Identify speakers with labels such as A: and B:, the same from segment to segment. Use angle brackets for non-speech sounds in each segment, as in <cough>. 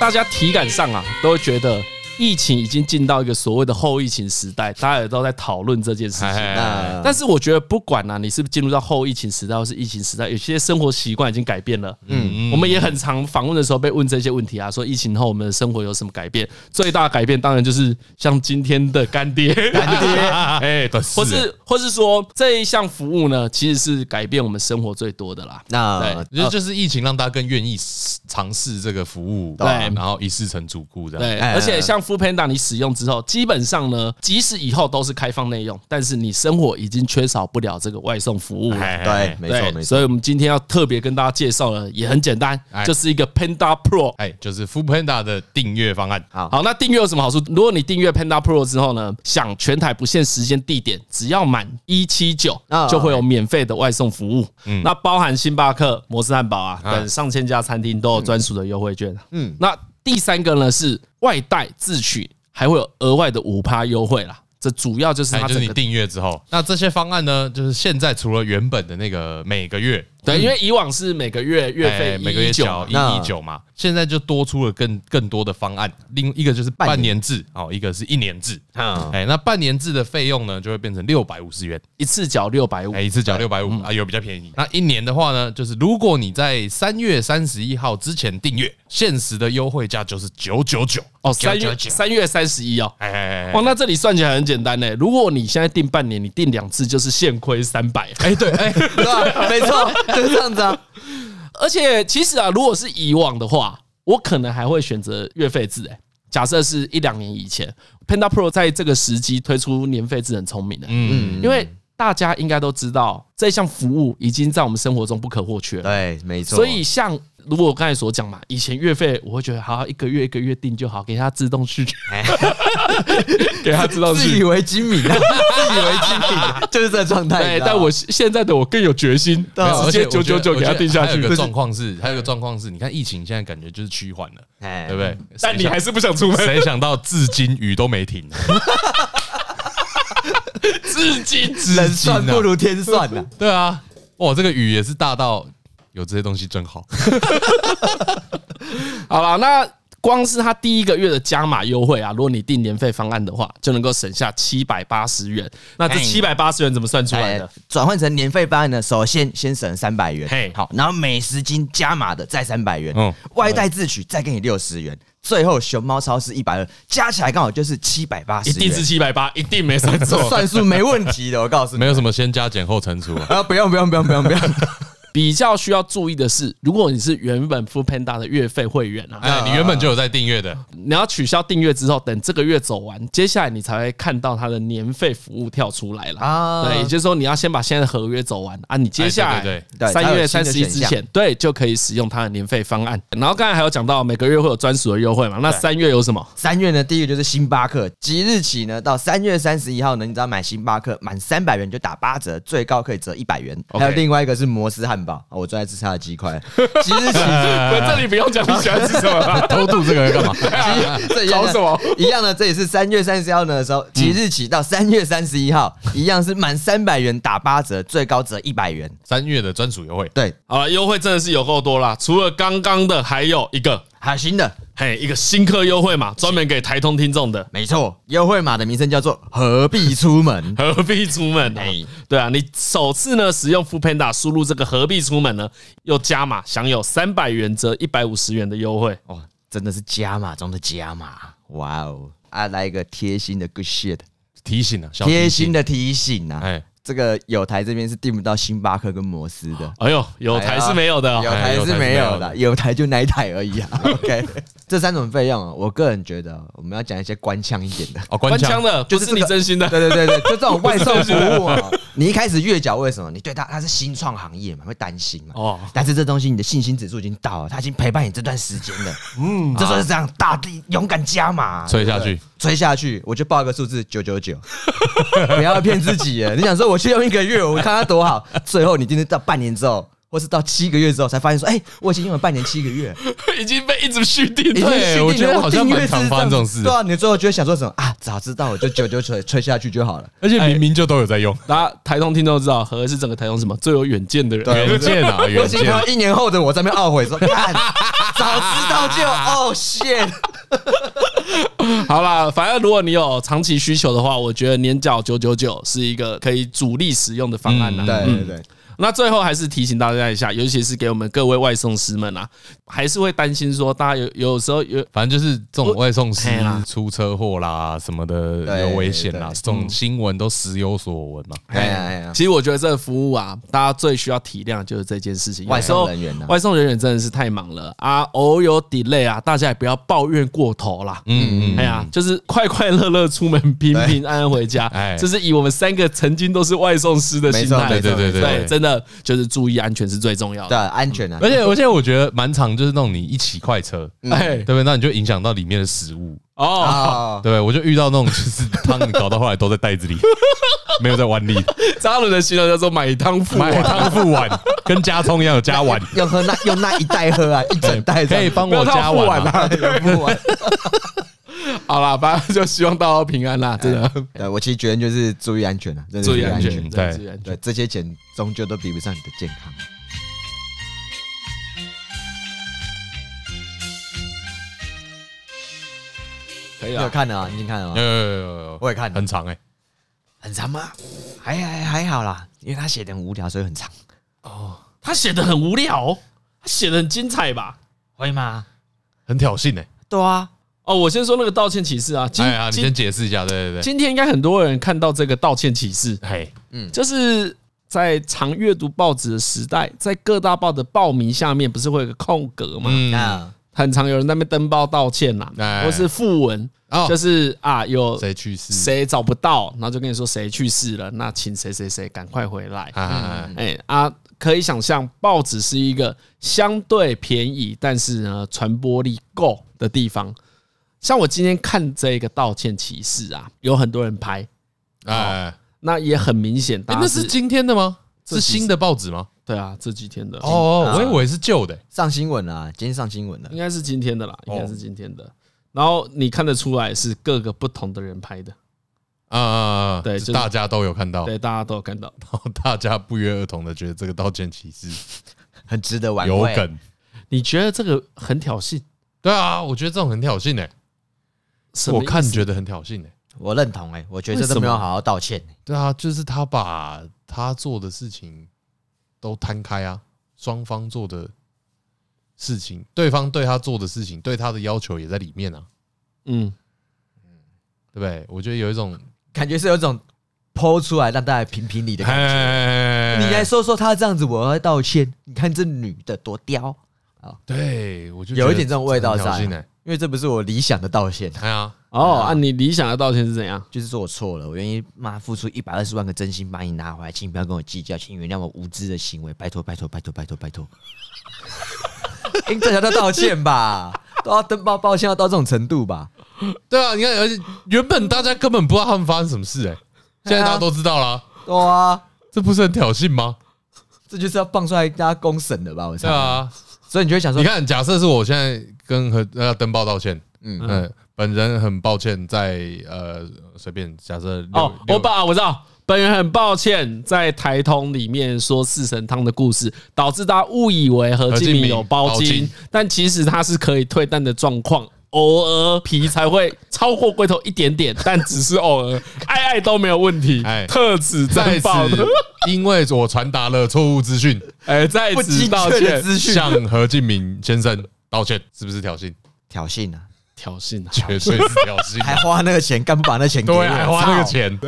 A: 大家体感上啊，都会觉得疫情已经进到一个所谓的后疫情时代，大家也都在讨论这件事情。
B: 哎，
A: 但是我觉得，不管啊，你是不是进入到后疫情时代，或是疫情时代，有些生活习惯已经改变了。嗯，我们也很常访问的时候被问这些问题啊，说疫情后我们的生活有什么改变？最大的改变当然就是像今天的干爹，
B: 哎，对，
A: <laughs> 或是或是说这一项服务呢，其实是改变我们生活最多的啦。
C: 那
A: 呃
B: 就就是疫情让大家更愿意尝试这个服务，
A: 对
B: 然后一试成主顾这样。
A: 对，
C: 哎
A: 而且像 Food Panda 你使用之后，基本上呢，即使以后都是开放内用，但是你生活已经缺少不了这个外送服务了。
B: 哎
C: 对，没错
A: 对
C: 没错，
A: 所以我们今天要特别跟大家介绍的也很简单
B: 哎，
A: 就是一个 Panda Pro。
B: 哎，就是 Food Panda 的订阅方案。
C: 好
A: 好，那订阅有什么好处？如果你订阅 Panda Pro 之后呢，享全台不限时间、地点，只要满一七九
C: 啊，
A: 就会有免费的外送服务。
B: 嗯
A: 那包含星巴克、摩斯汉堡啊等上千家餐厅都有专属的优惠券。嗯，那第三个呢是外带自取，还会有额外的五趴优惠啦。这主要就是
B: 哎，
A: 它
B: 就是
A: 整
B: 你
A: 个
B: 订阅之后，那这些方案呢，就是现在除了原本的那个每个月
A: 对，因为以往是每个月月
B: 哎
A: 费
B: 每个月
A: 119
B: 缴一
C: 那
B: 一九嘛，现在就多出了更更多的方案，另一个就是
C: 半
B: 半
C: 年
B: 年制哦，一个是一年制。
C: 嗯
B: 哎，那半年制的费用呢，就会变成六百五十元，
A: 一次缴六百五
B: 哎，，一次缴六百五啊，有比较便宜。那一年的话呢，就是如果你在三月三十一号之前订阅，限时的优惠价就是九九九
A: 哦，三月
B: 999
A: 三月三十一哦。
B: 哎哎哎
A: 哇，那这里算起来很简单呢。欸如果你现在订半年，你订两次就是现亏三百。
B: 哎，对，哎，
C: 对啊，没错，就是这样子啊，
A: <laughs> 而且其实啊，如果是以往的话，我可能还会选择月费制。哎，假设是一两年以前，Panda Pro 在这个时机推出年费制很聪明的，
B: 嗯，
A: 因为大家应该都知道这项服务已经在我们生活中不可或缺了。
C: 对，没错，
A: 所以像如果我刚才所讲嘛，以前月费我会觉得好一个月一个月定就好，给它自动续， <laughs> 给它自动
C: 哎自
A: 续
C: 以。为精
A: <laughs>
C: 明啊，自以为精明，就是这状态，啊你
A: 对，
C: 知
A: 哎
C: 道吗
A: 但我现在的我更有决心，
C: 哎对啊
A: 直接九九九给它定下
B: 还有
A: 去
B: 一。个状况是，还有一个状况是，你看疫情现在感觉就是趋缓了，
C: 哎
B: 对不对？
A: 但你还是不想出门，
B: <laughs> 谁想到至今雨都没停，
A: 至今
B: 至今啊
C: 人算不如天算呐，
B: 对啊， <laughs> 哇，这个雨也是大到有这些东西真 <laughs> 好。
A: 好了，那光是它第一个月的加码优惠啊，如果你订年费方案的话，就能够省下七百八十元。那这
C: 哎
A: 七百八十元怎么算出来的
C: 哎？转换成年费方案呢，首先先省三百
A: 嘿
C: 元，好，然后美食金加码的再三百元
B: 嗯，
C: 外带自取再给你六十元，最后熊猫超市一百二，加起来刚好就是七百八十
A: 一
C: 元，
A: 定是七百八，一定没算
C: 这
A: 错。
C: <laughs> 算数没问题的，我告诉你
B: 没。有什么先加减后乘除 <laughs> 啊，
C: 啊，不用不用不用不用不用，
A: 比较需要注意的是，如果你是原本 f o o Panda 的月费会员啊，
B: 哎，你原本就有在订阅的，
A: 你要取消订阅之后，等这个月走完，接下来你才会看到它的年费服务跳出来了。
C: 啊
A: 对，也就是说你要先把现在的合约走完啊，你接下
B: 哎对
A: 来
C: 对对
A: 三月
C: 它
A: 三
C: 有
A: 十
C: 新
A: 一
C: 的选
A: 之
C: 项
A: 前，对，就可以使用它的年费方案。然后刚才还有讲到每个月会有专属的优惠嘛，那三月有什么？
C: 三月呢，第一个就是星巴克，即日起呢到三月三十一号呢，你只要买星巴克满三百元就打八折，最高可以折一百元。
B: OK
C: 还有另外一个是摩斯汉堡，啊我最爱吃它的鸡块。即日起，
B: 呃
A: 对 <laughs> 这里不用讲你喜欢吃什么
B: <laughs>
A: 啦
B: 偷渡这个人干
C: <laughs>
B: 嘛？
C: 即这一样
A: 搞
C: 呢
A: 什么？
C: 一样的，这也是三月三十号呢的时候，即日起到三月三十一号，一样是满三百元打八折，最高折一百元。
B: 三月的专属优惠，
C: 对，
A: 好了，优惠真的是有够多啦，除了刚刚的，还有一个，
C: 海行的，
A: 嘿，一个新客优惠嘛，专门给台通听众的。。
C: 没错，优惠码的名称叫做何必出门
A: 何必出门、啊
C: 哎？
A: 对啊，你首次呢使用 f o o Panda 输入这个何必出门呢，又加码享有三百元折一百五十元的优惠。
C: <laughs> 哦，真的是加码中的加码，哇哦！啊，来一个贴心的 good shit，
B: 提醒啊，小
C: 贴心
B: 的，
C: 的提醒啊！
B: 哎，
C: 这个友台这边是订不到星巴克跟摩斯的，
A: 哎呦，有台是没有的哦、
C: 友台是没有的，友台就那一台而已啊。OK，这三种费用啊，我个人觉得哦我们要讲一些官腔一
A: <laughs>
C: 点的。
B: 哦，
A: 官
B: 关
A: 腔
B: 枪
A: 的，
C: 就
A: 不
C: 是
A: 是你真心的。 <laughs>
C: 对对对对，就这种外送服务啊，你一开始越缴为什么？你对它它是新创行业嘛，会担心嘛。
A: 哦
C: 哦，但是这东西你的信心指数已经到了，它已经陪伴你这段时间了。嗯，这
A: 啊
C: 算是这样大力勇敢加码，
B: 吹下去
C: 对不对，吹下去，我就报一个数字九九 <laughs> 九，不要骗自己耶。你想说我去用一个月，我看它多好，最后你真的到半年之后。或是到七个月之后才发现说，哎、我已经用了半年七个
B: <laughs>
C: 月，
A: 已经被一直续订
C: 已经
B: 对
C: 续订了
B: 我觉得好像
C: 订阅
B: 蛮常
C: 制
B: 发生这种事
C: 对啊，你最后就会想说什么啊？早知道我就九九九吹下去就好了。
B: 而且明明就都有在用，
A: 大家台通听众都知道，何是
B: <laughs>
A: 整个台通什么最有远见的人。
C: 对
B: 原件啊，
C: 我
B: 原
C: 已经看
B: 件
C: 到一年后的我在那边懊悔说，看啊早知道就哦 shit，
A: 好啦，反正如果你有长期需求的话，我觉得年缴九九九是一个可以主力使用的方
B: 嗯
A: 案啦。啊嗯
C: 嗯对对对，
A: 那最后还是提醒大家一下，尤其是给我们各位外送师们啊，还是会担心说，大家有有时候有
B: 反正就是这种外送师
A: 我嘿啦
B: 出车祸啦什么的
C: 对
B: 有危险啦，
C: 对
B: 这种新闻都时有所闻嘛。
C: 哎呀哎呀，
A: 其实我觉得这个服务啊，大家最需要体谅就是这件事情。
C: 外送
A: 有时候
C: 人员啊
A: 外送人员真的是太忙了啊，偶有 delay 啊，大家也不要抱怨过头啦。
B: 嗯
A: 哎呀，就是快快乐乐出门，平平安安回家
B: <laughs> 哎。
A: 这是以我们三个曾经都是外送师的心态，
C: 没错对
B: 对对对
A: 对，
B: 对
A: 真的就是注意安全是最重要
C: 对
A: 的。
C: 安全啊
B: 而，且而且我觉得蛮常就是那种你一骑快车，
A: 哎
B: 对，不对？那你就影响到里面的食物，
A: 哦，
C: 哦，
B: 对我就遇到那种就是汤搞到后来都在袋 <laughs> 子里，没有在碗里，
A: 扎伦的形容叫做买汤付
B: <laughs>
A: 啊碗。
B: 买汤付碗， <laughs> 跟加葱一样有加 <laughs> 碗，
C: 要喝那用那一袋喝啊，一整袋这
B: 可
C: 样
B: 以帮我加
A: 不要
B: 碗
A: 汤付碗
B: 啊。
A: 啊
C: 有不完。
A: 好啦，反正就希望大家平安啦，真
B: 哎
A: 的
C: 对呃我其实觉得就是注意安全啊，真的
A: 注意安全，
B: 嗯
A: 真
B: 对
A: 的注意安全。
C: 对，这些钱终究都比不上你的健康。
A: 可以
C: 你
A: 啦
C: 有。看了啊？你已经看了
B: 有
C: 吗？
B: 有有有有，
C: 我也看了
B: 很长哎。
C: 很长吗？还还还好啦，因为他写的很无聊，所以很长。
A: 他写的很无聊哦，他写的很精彩吧？
C: 会吗？
B: 很挑衅哎、
C: 对啊，
A: 哦，我先说那个道歉启事啊，今
B: 哎呀，你
A: 今
B: 先解释一下，对对对，
A: 今天应该很多人看到这个道歉启事，
B: 嘿，
A: 就是在常阅读报纸的时代，在各大报的报名下面不是会有个空格嘛？
B: 嗯，
C: 那
A: 很常有人在那边登报道歉啦，
B: 哎
A: 或是附文，
B: 哦
A: 就是啊有
B: 谁去世？
A: 谁找不到，然后就跟你说谁去世了，那请谁谁谁赶快回来。
B: 啊？
A: 哎啊，可以想象，报纸是一个相对便宜，但是呢传播力够的地方。像我今天看这个道歉启事啊，有很多人拍，
B: 哎哎，
A: 那也很明显，大
B: 哎
A: 家
B: 那是今天的吗？是新的报纸吗？
A: 对啊，这几天的哦，
B: 哦，我以为是旧的、
C: 上新闻了，今天上新闻了
A: 应。该是今天的啦，应该是今天的。然后你看得出来是各个不同的人拍的，
B: 啊啊啊！
A: 对就是
B: 大家都有看到，然
A: 对，大家都有看到。
B: 后大家不约而同的觉得这个道歉启事
C: 很值得玩味。
B: 有梗。
A: 你觉得这个很挑衅？
B: 对啊，我觉得这种很挑衅哎、
A: 什么
B: 我
A: 意思
B: 看觉得很挑衅哎、
C: 我认同哎、我觉得这都没有好好道歉、欸
B: 对啊，就是他把他做的事情都摊开啊，双方做的事情，对方对他做的事情，对他的要求也在里面啊，
A: 嗯，
B: 对不对？我觉得有一种
C: 感觉是有一种剖出来让大家评评理的感
B: 嗯
C: 觉。你来说说他这样子，我要道歉。你看这女的多刁，
B: 对我就
C: 有一点这种味道在、
B: 在。
C: 因为这不是我理想的道歉，
B: 欸哎呀，
A: 哦，啊，你理想的道歉是怎样？
C: 就是说我错了，我愿意妈付出一百二十万个真心把你拿回来，请不要跟我计较，请原谅我无知的行为，拜托拜托拜托拜托拜托。应这条叫道歉吧，都要登报抱歉要到这种程度吧？
B: 对啊，你看，而且原本大家根本不知道他们发生什么事、
C: 啊
B: 哎，现在大家都知道啦，
C: 对啊，
B: 这不是很挑衅吗？
C: 这就是要放出来大家公审的吧？我
B: 对
C: 操！
B: 啊，
C: 所以你就会想说
B: 你，看，假设是我现在跟和呃登报道歉，嗯嗯，本人很抱歉在，呃随便假设六
A: 哦，
B: 六
A: 我把我知道，本人很抱歉，在台通里面说四神汤的故事，导致大家误以为何敬明有包
B: 何敬明
A: 金
B: 包，
A: 但其实他是可以退蛋的状况。偶尔皮才会超过龟头一点点，但只是偶
B: <laughs>
A: 尔，爱爱都没有问题。
B: 哎
A: 特此
B: 在
A: 登
B: 此
A: 报的，
B: <laughs> 因为我传达了错误资讯，
A: 哎，在
C: 不
A: 此
C: 精
A: 道
C: 确的
A: 歉，
C: 资讯
B: 向何敬明先生道歉，是不是挑衅？
C: 挑衅啊，
A: 挑衅啊！
B: 绝对是挑衅，
C: 还花那个钱，干不把那钱给我？
B: 对，还花那个
C: 操。
B: 钱。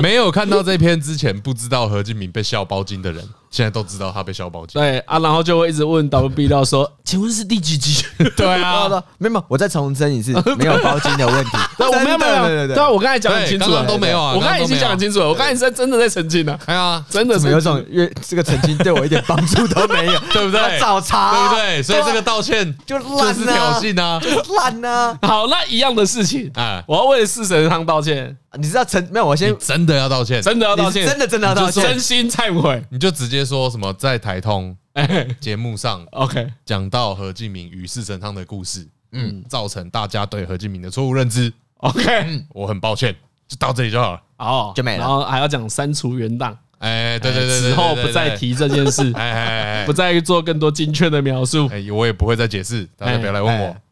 B: 没有看到这篇之前，不知道何敬明被笑包金的人，现在都知道他被笑包金。
A: 对啊，然后就会一直问 WB 到说，请问是第几集？ <laughs>
B: 对
C: 啊，
B: 啊，
C: 对没有，没有我再重申一次，没有包金的问题。
A: 那我没有没有，没
C: 真的对
A: 有
C: 对
A: 对
C: 对
A: 啊，我刚才讲得很
B: 对
A: 清楚
B: 刚刚
A: 了，
B: 都没有啊
A: 我刚才已经
B: 刚
A: 讲
B: 刚
A: 得很
B: 都没有
A: 清楚了，我刚才是真的在澄清了，
B: 哎呀，
A: 真的
C: 怎
A: 是
C: 么有种越这个澄清对我一点帮助都没有？
B: <laughs> 对不对
C: 他找茬，
B: 对
C: 啊
B: 不对？所以这个
C: 对
B: 道歉
C: 就
B: 就
C: 烂
B: 是挑
C: 啊
B: 衅啊！
C: 啊烂
B: <laughs>
C: 啊！
A: 好，那一样的事情，
B: 哎，
A: 我要为四神汤道歉，
C: 你知道陈没有？我先
B: 你真的要道歉，
A: 真的要道歉，
C: 你是真的真的要道歉
A: 真心忏悔。
B: 你就直接说什么在台通
A: 哎
B: 节目上
A: ，OK，
B: 讲到何敬明与四神汤的故事，嗯，造成大家对何敬明的错误认知，
A: OK，
B: 我很抱歉，就到这里就好了。
A: 哦，
C: 嗯就没了
A: 然后还要讲删除原档，
B: 哎，对对对，对
A: 此后不再，提这件事
B: 对对对，哎哎哎哎，
A: 不再做更多精确的描述。
B: 哎，我也不会再解释，大家不要来问我
C: 哎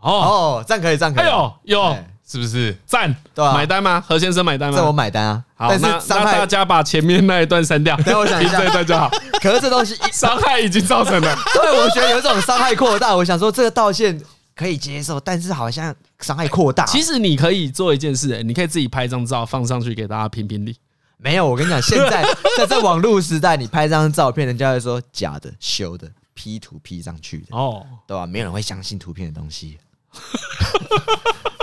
A: 哦，
C: 哦，这样可以，这样可以。
A: 哎呦，有
C: 哎
B: 是不是？
A: 赞，
C: 对啊
A: 买单吗？何先生买
B: 哦
A: 单
C: 这我
A: 吗？
C: 买单啊。
A: 好，
C: 但
A: 那
C: 是
A: 那
C: 伤
A: 大
C: 害，
A: 家把前面那一段删掉，
C: 等我想一
A: 听
C: 下
A: 这一段就好。
C: 可是这东西一，
A: 伤害已经造成
C: <laughs>
A: 了，
C: 对我觉得有一种伤害扩大。我想说，这个道歉可以接受，但是好像伤害扩大。
A: 其实你可以做一件事、欸你可以自己拍一张照放上去给大家评评理。
C: 没有，我跟你讲，现
B: <laughs>
C: 在在这网络时代，你拍张照片，人家会说假的、修的、P 图 P 上去的，
A: 哦，
C: 对吧？没有人会相信图片的东西。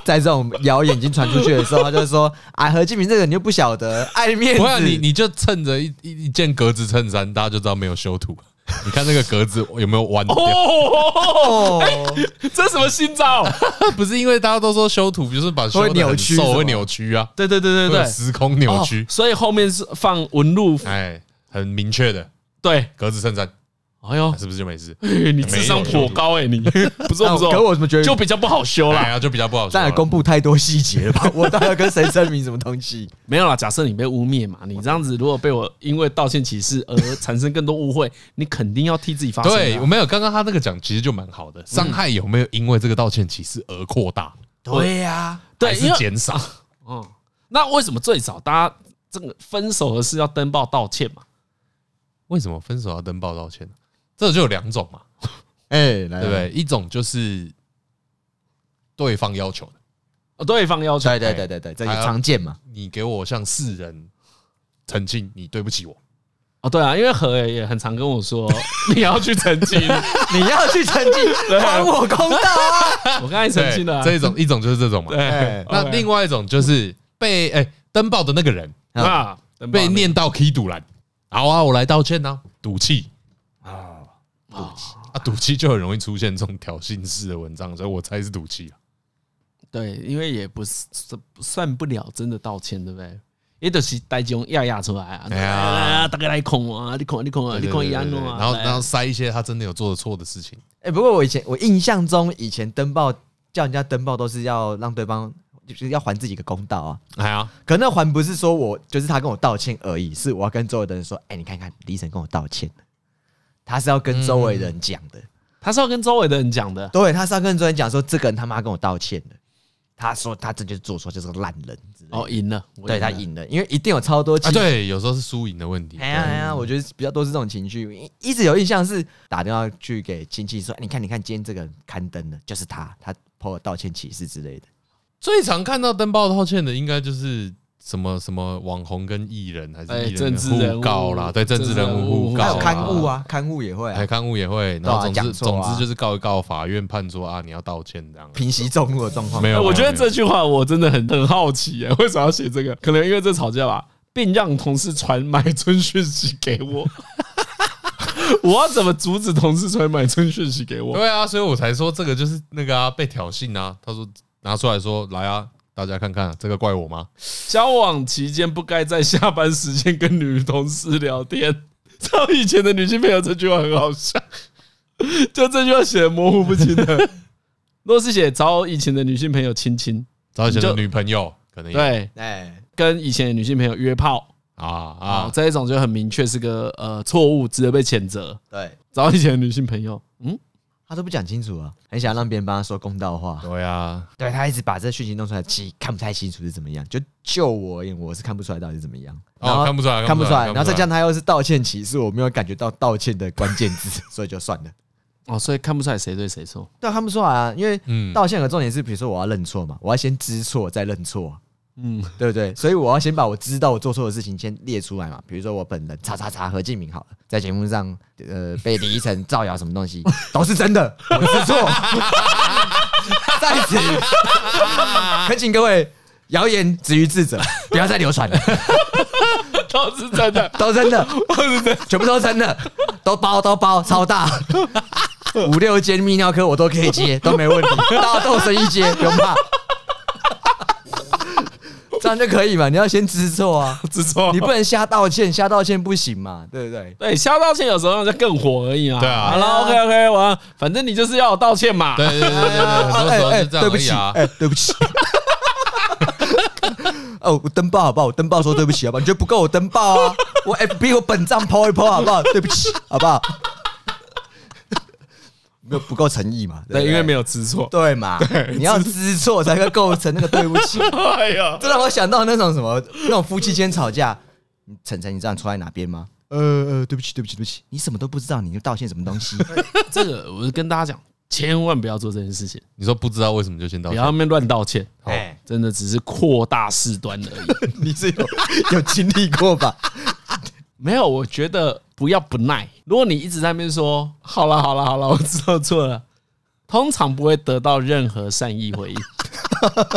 C: 在这种谣言已经传出去的时候，他就说：“哎，何敬明这个你又不晓得，爱面子。
B: 不要你，你就趁着一一一件格子衬衫，大家就知道没有修图。 <laughs> 你看那个格子有没有弯掉？
A: 哦，
C: 哦，
A: 这是什么新
B: <laughs>
A: 招？
B: 不是因为大家都说修图，就是把修得
C: 会扭
B: 很
C: 曲是
B: 瘦
C: 吗
B: 会扭曲啊，
A: 对对对对
B: 会有
A: <laughs> 对，
B: 时空扭
A: 哦
B: 曲，
A: 所以后面是放纹路，
B: 哎，很明确的
A: 对，
B: 格子衬衫，啊
A: 哎呦，
B: 是不是就没事？
A: 嘿你智商颇高哎、你 <laughs> 不错不
C: 那
A: 错，
C: 可我怎么觉得
A: <laughs> 就比较不好修
B: 啊哎
A: 啦。
B: 呀，就比较不好说
C: 这
B: 了。
C: 样公布太多细节了吧？我到底要跟谁声明什么东西？
A: 没有啦，假设你被污蔑嘛，你这样子如果被我因为道歉歧视而产生更多误
B: <laughs>
A: 会，你肯定要替自己发声啊。
B: 对，我没有刚刚他那个讲，其实就蛮好的。伤害有没有因为这个道歉歧视而扩大？
A: 对
C: 呀、
A: 对，
B: 还
A: 因
B: 是
A: 为
B: 减少？
A: 嗯，那为什么最早大家这个分手的事要登报道歉嘛？
B: 为什么分手要登报道歉呢？这就有两种嘛，
C: 哎、来
B: 对不？对？一种就是对方要求的，
A: 哦对方要求，
C: 对对对对对，这也常见嘛。
B: 你给我向世人澄清，你对不起我。
A: 哦，对啊，因为何也也很常跟我
B: <laughs>
A: 说你要去澄清，
C: 你要去澄清，还我公道啊！
A: 我刚才澄清了啊、
B: 对这一种一种就是这种嘛。
A: 对哦
C: 哎，
B: 那另外一种就是被哎登报的那个人
A: 啊，那登报
B: 被念到 K 堵拦，好啊，我来道歉啊，赌气啊，赌气就很容易出现这种挑衅式的文章，所以我猜是赌气啊。
A: 对，因为也不是算不了真的道歉，对不对？也就是带这种压压出来啊，
B: 哎呀
A: 大概来控我啊，你控啊你控啊，你控一样弄啊，
B: 然后
A: 来
B: 然后塞一些他真的有做的错的事情，
C: 哎、不过我以前我印象中，以前登报叫人家登报都是要让对方就是要还自己一个公道啊。
B: 哎呀，
C: 可那还不是说我就是他跟我道歉而已，是我要跟周围的人说，哎、你看看李晨跟我道歉，他是要跟周围人讲的，
A: 他是要跟周围的人讲的，
C: 对，他是要跟周围人讲说，这个人他妈跟我道歉的，他说他这就是做错，就是个烂人之类的
A: 哦，赢了，我
C: 对他，赢了，因为一定有超多
B: 啊，
C: 情绪。
B: 对，嗯有时候是输赢的问题。
C: 哎呀哎呀，我觉得比较多是这种情绪，一一直有印象是打电话去给亲戚说，哎你看你看今天这个刊登的，就是他，他 po 了道歉启事之类的。
B: 最常看到登报道歉的，应该就是什么什么网红跟艺人，还
A: 哎
B: 是艺人
A: 政
B: 跟
A: 治人物
B: 互告啦，对，政治人物互
A: 还
C: 还有
B: 告，
A: 有
C: 刊
A: 刊
C: 物
A: 物
C: 啊，刊物也会、
B: 还
C: 啊、
B: 刊物也会，然后
C: 对啊
B: 总之
C: 讲错
B: 总
C: 啊
B: 之就是告一告，法院判说啊，你要道歉这样。
C: 平息众怒的状况。
B: 没有，
A: 哎我觉得
B: 没有
A: 这句话我真的很很好奇耶，为什么要写这个？可能因为这吵架吧，并让同事传买春讯息给我， <laughs> 我要怎么阻止同事传买春讯息给我？
B: 对啊，所以我才说这个就是那个啊，被挑衅啊。他说拿出来说，来啊，大家看看，这个怪我吗？
A: 交往期间不该在下班时间跟女同事聊天。 <laughs> 照以前的女性朋友，这句话很好笑， <laughs> 就这句话写的模糊不清的。如果是写找以前的女性朋友亲亲，
B: 找以前的
A: 你就
B: 女朋友可能也
A: 对，
C: 哎，
A: 跟以前的女性朋友约炮
B: 啊
A: 啊，
B: 啊，
A: 这一种就很明确是个呃错误，值得被谴责。
C: 对
A: 找以前的女性朋友，嗯，
C: 他都不讲清楚啊，很想让别人帮他说公道话。
B: 对啊，
C: 对他一直把这讯息弄出来，其实看不太清楚是怎么样。就就我而言，我是看不出来到底是怎么样。然后
B: 哦，看不出来，
C: 看不出来，然后
B: 这
C: 再加上
B: 样，
C: 他又是道歉歧视，我没有感觉到道歉的关键字， <laughs> 所以就算了。
A: 哦，所以看不出来谁对谁 <laughs> 错。
C: 对啊，看不出来啊，因为
B: 嗯，
C: 道歉的重点是，比如说我要认错嘛，我要先知错再认错啊，
A: 嗯，
C: 对不对？所以我要先把我知道我做错的事情先列出来嘛，比如说我本人叉叉叉何敬明好了，在节目上呃被李依晨造谣什么东西都是真的，我知错。在此恳请各位，谣言止于智者，不要再流传了，
A: 都是真 <laughs> 的。
C: 都真的，全部都真的，都包都包超大。五六间泌尿科我都可以接，都没问题，大豆神一接，不用怕，这样就可以嘛？你要先知错啊，
A: 知错
C: 你不能瞎道歉，瞎道歉不行嘛，对不对？
A: 对，瞎道歉有时候让人家更火而已啊。
B: 对啊
A: 好了，OK OK，我反正你就是要我道歉嘛。
B: <laughs>
C: 哎
B: 对对对对对，很多时候是这样啊
C: 对不
B: 而已
C: 起， <laughs>
B: 啊。
C: 哎，对不起，哦，我登报好不好？我登报说对不起好不好？你觉得不够我登报啊？ <laughs> 我 FB 我本账 PO 一 PO 好不好？对不起好不好？没有不够诚意嘛？对不
A: 对，
C: 对，
A: 因为没
C: 有
A: 有知错。
C: 对嘛？你要知错才会构成那个对不起。
A: 哎呀，
C: 这让我想到那种什么，那种夫妻间吵架，晨晨，你知道你错在哪边吗？呃呃，对不起，对不起，对不起，你什么都不知道，你就道歉什么东西？
A: 这个我跟大家讲，千万不要做这件事情，
B: 你说不知道为什么就先道
A: 不
B: 歉
A: 要，那边乱道歉，哦
C: 哎，
A: 真的只是扩大事端而已。
C: <laughs>
A: <laughs>
C: 你是有有经历过吧？
A: 没有，我觉得不要不耐。如果你一直在那边说“好了，好了，好了，我知道错了”，通常不会得到任何善意回应。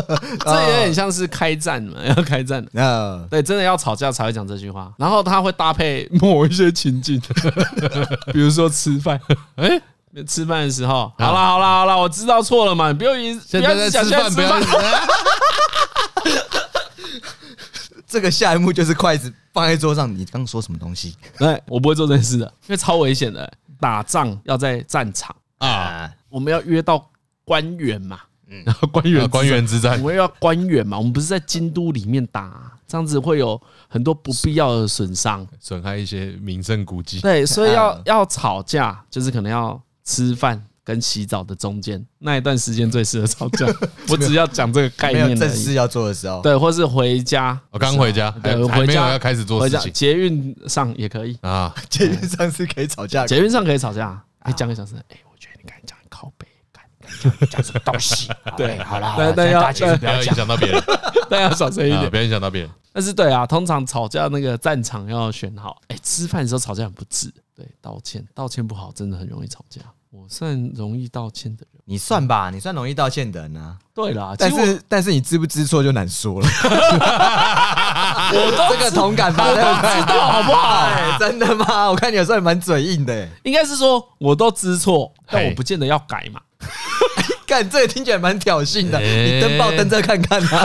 A: <laughs> 这有点像是开战嘛，要开战了。
C: <laughs> 那
A: 对，真的要吵架才会讲这句话，然后他会搭配 <laughs> 某一些情 <laughs> 境，比如说吃饭，哎、吃饭的时候，好啦好啦好啦，我知道错了嘛，你不要一不
B: 现
A: 要
B: 在
A: 一直
B: 在
A: 讲
B: 吃
A: 现在
B: 饭，
A: 吃
B: 不要
A: 饭
B: 一，直
C: 这个下一幕就是筷子放在桌上，你刚说什么东西
A: <laughs> 对，我不会做这件事的，因为超危险的、打仗要在战场，
B: 啊！
C: 啊？
A: 我们要约到官员嘛，
B: 然后官员啊官员之战
A: 我，们要官员嘛，我们不是在京都里面打、这样子会有很多不必要的损伤。
B: 损害一些名胜古迹。
A: 对，所以要
C: 嗯
A: 要吵架，就是可能要吃饭跟洗澡的中间那一段时间最适合吵
B: <laughs>
A: 架。我只要讲这个概
C: 没有
A: 念而
C: 正
A: 已。
C: 事要做的时候，
A: 对，或是回家，
B: 我哦刚啊回家，还
A: 对，
B: 还
A: 回
B: 没有
A: 家
B: 要开始做
A: 回
B: 事
A: 家
B: 情
A: 捷运上也可以，
B: <laughs> 啊！
C: 节目上是可以吵架的，
A: 捷运上可以吵架。哎，讲个小时，哎，我觉得你刚才讲得靠背。干
D: 讲什么东
B: <laughs>
D: 西？
A: 对
D: 好了好
A: 但
D: 了，
A: 但
D: 大
A: 要
D: 家其实不
B: 不 <laughs>
D: 要
B: 要影
D: 讲。
B: 响到别人，
A: <laughs> 但要小声一
B: 啊
A: 点
B: 不。要影响到别人。
A: 但是对啊，通常吵架那个战场要选好。哎、吃饭的时候吵架很不智，对，道歉，道歉不好，真的很容易吵架。我算容易道歉的人。
C: 你算吧，你算容易道歉的人啊。
A: 对啦，
C: 但
A: 其实
C: 是但是你知不知错就难说了。 <laughs> 我这个同感吧，对不对？好不好？真的吗？我看你有时候也蛮嘴硬的、欸。
A: 我应该是说我都知错，但
B: 嘿
A: 我不见得要改
C: <laughs>
A: 嘛。
C: 干，这个听起来蛮挑衅的。
B: 欸
C: 你登报登这看看 <laughs> 啊，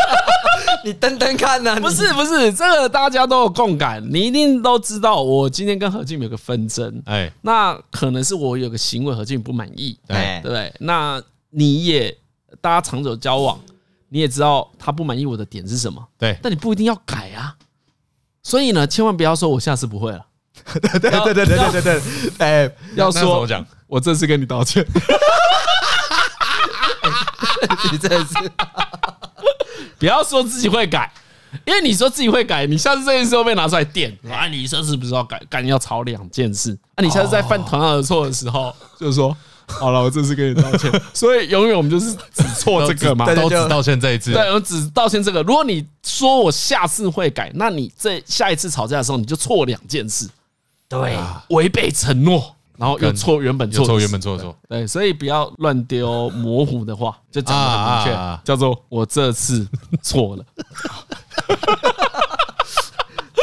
C: 你登登看啊，你
A: 不是不是，这个大家都有共感，你一定都知道，我今天跟何静有个纷争，
B: 哎，
A: 那可能是我有个行为何静不满意，
C: 哎
A: 对不对？那你也大家长久交往，你也知道他不满意我的点是什么。
B: 对，
A: 但你不一定要改啊。所以呢，千万不要说我下次不会了，
C: 对对对对对对对， <laughs> 哎，
A: 要
B: 那怎么
A: 说
B: 讲？
A: 我这次跟你道歉， <laughs>
C: 你真的是
A: 不要说自己会改，因为你说自己会改，你下次这件事会被拿出来电啊！你这次不是要改，干要吵两件事啊！你下次在犯同样的错的时
B: 哦
A: 候，就说好了，我这次跟你道
B: <laughs>
A: 歉。所以永远我们就是只错这个嘛，
C: 对
B: 都
C: 就
B: 只道歉这一次
A: 对，，我只道歉这个。如果你说我下次会改，那你这下一次吵架的时候，你就错两件事，
D: 对，
A: 违背承诺，然后又
B: 啊跟
A: 错原本
B: 有
A: 错
B: 错
A: 的
B: 原
A: 事
B: 本错的错。
A: 对，所以不要乱丢模糊的话，就讲的很明确，
B: 啊啊啊
A: 叫做“我这次错 <laughs> 了。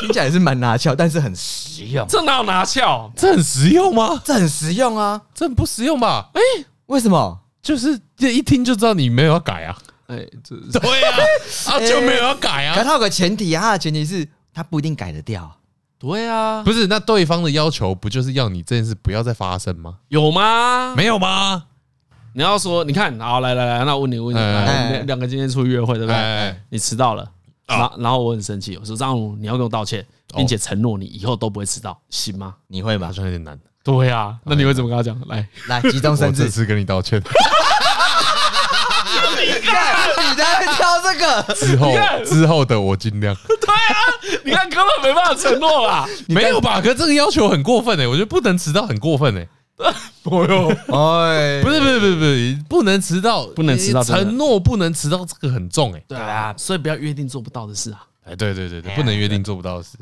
C: 听起来是蛮拿翘，但是很实”，
D: 实用
A: 这哪有拿翘？
B: 这很实用吗？
C: 这很实用啊。
B: 这很不实用吧？
C: 为什么？
B: 就是这一听就知道你没有要改啊。
A: 哎、这哎
B: 对 <laughs> 啊，啊就没有要改
C: 可
B: 啊。
C: 它有个前提啊，它的前提是它不一定改得掉。
A: 对啊，
B: 不是，那对方的要求不就是要你这件事不要再发生吗？
A: 有吗？
B: 没有吗？
A: 你要说，你看，好，来来来，那我问你，问你，
B: 哎
A: 来我
C: 哎
A: 们两个今天出去约会，对不对？
B: 哎，
A: 你迟到了，然后然后我很生气，我说张如，你要跟我道歉，并且承诺你以后都不会迟到，行吗？
C: 你会
B: 好
C: 吗？
B: 像有点难。
A: 对啊，那你会怎么跟他讲？来，
C: 来，集
B: <laughs>
C: 中
B: 我
C: 生
B: 这
C: 智。
B: 次跟你道歉，
C: <laughs> 干，你在挑这个？
B: 之后之后的我尽量。
A: 啊你看根本没办法承诺啦，
B: 没有吧？可是这个要求很过分哎、我觉得不能迟到很过 <laughs> 分哎、
A: 不用，
C: 哎，
B: <laughs> <laughs> 不是不是不是不是，不能迟到，
A: 不能迟到
B: 你
A: 真的
B: 承诺不能迟到，这个很重哎、
A: <laughs> 对啊，所以不要约定做不到的事啊。
B: 哎，对对对对，不能约定做不到的事。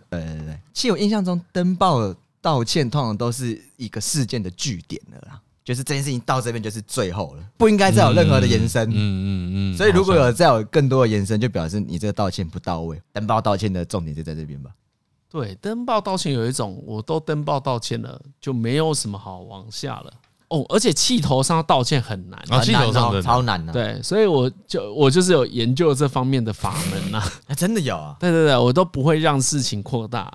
C: 其实我印象中，登报道歉通常都是一个事件的据点了啦，就是这件事情到这边就是最后了，不应该再有任何的延伸。
B: 嗯嗯嗯嗯。
C: 所以如果
B: 好
C: 有再有更多的延伸，就表示你这个道歉不到位。登报道歉的重点就在这边吧。
A: 对，登报道歉有一种，我都登报道歉了，就没有什么好往下了。哦，而且气头上道歉很难。
B: 像啊，
C: 很
B: 气
C: 难
B: 头上
C: 哦
B: 的
C: 超难的、啊，
A: 对，所以我就我就是有研究这方面的法门呐、
C: 哎真的有
A: <laughs>
C: 啊，
A: 对对对，我都不会让事情扩大，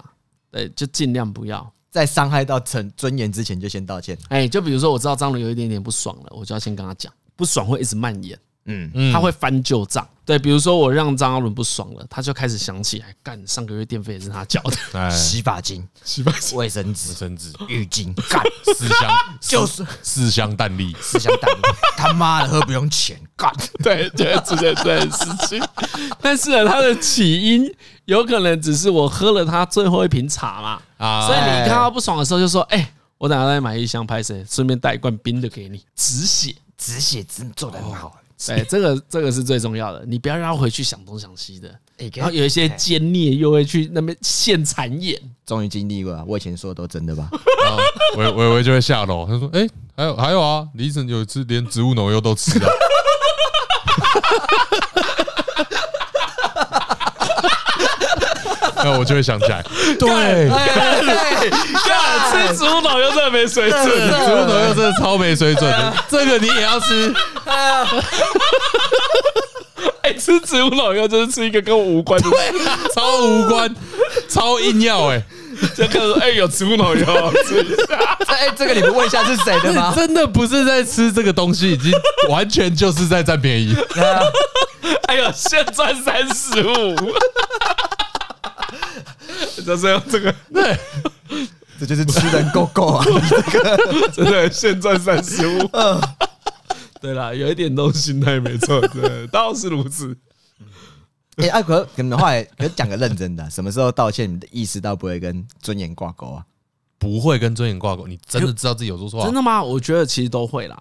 A: 对，就尽量不要。
C: 在伤害到尊尊严之前就先道歉。
A: 哎，就比如说我知道张伦有一点点不爽了，我就要先跟他讲，不爽会一直蔓延，
C: 嗯，
A: 他会翻旧账。对，比如说我让张阿伦不爽了，他就开始想起来，干上个月电费也是他缴的，
B: <laughs> 哎，
C: 洗发精、
B: 洗发
C: 卫生纸、
B: 生纸，
C: 浴
A: <laughs>
C: 巾，干
B: 四 <laughs> 香
C: 就是
B: 四香蛋力，
C: 思想蛋，他妈的喝不用钱，干
A: 对，就会出现这种事情。 <laughs> 但是呢，它的起因有可能只是我喝了他最后一瓶茶嘛，
B: 啊
A: 所以你看到不爽的时候就说：“哎、我等下再买一箱拍谁，顺便带一罐冰的给你止血。
C: 止血真做的很好。”
A: 哎，这个这个是最重要的，你不要让他回去想东想西的。
C: 哎
A: 然后有一些奸孽又会去那边现谗言，
C: 终于经历过了，我以前说的都真 <laughs> 的吧？
B: 然后伟伟伟就会下楼，他说：“哎、还有还有啊，李医生有一次连植物农药都吃了。啊那我就会想起来，对，
C: 哎
A: 干吃猪脑又真的啊没水准。
B: 植物农药真的超没水准的，这个你也要吃，
A: 哎、吃植物脑又就是吃一个跟我无关的，
B: 超无关，超硬要
A: <laughs>
B: 哎、
A: 就开始说哎、有植物脑油，吃一下。
C: 哎，这个你们问一下是谁
A: <laughs>
C: 的吗？
B: 真的不是在吃这个东西，已经完全就是在占便宜。
A: 还有现赚三十五， <laughs> 就是用这个，
B: 对，
C: 这就是吃人够够 <laughs> 啊！
A: 真的现赚三十五。 <laughs> 对啦，有一点东西态没 <laughs> 错，对，倒是如此。
C: 哎，啊，可可能后来可讲个认真的，啊什么时候道歉，你的意识到不会跟尊严挂钩啊？
B: 不会跟尊严挂钩，你真的知道自己有做错、啊，
A: 真的吗？我觉得其实都会啦，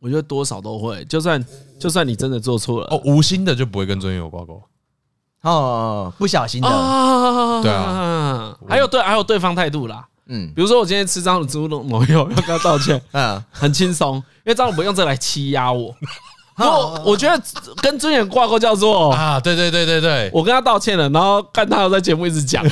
A: 我觉得多少都会。就算就算你真的做错了，
B: 哦，无心的就不会跟尊严有挂钩。
C: 哦，不小心的，
A: 啊
B: 对
A: 啊，还有对，还有对方态度啦。
C: 嗯
A: 比如说我今天吃张猪肉某友要跟他道 <laughs> 歉，
C: 嗯，
A: 很轻松，因为张鲁不用这来欺压我。 <laughs> 然后我觉得跟尊严挂钩叫做
B: 啊，对对对对对，
A: 我跟他道歉了，然后看他有在节目一直 <laughs> 讲。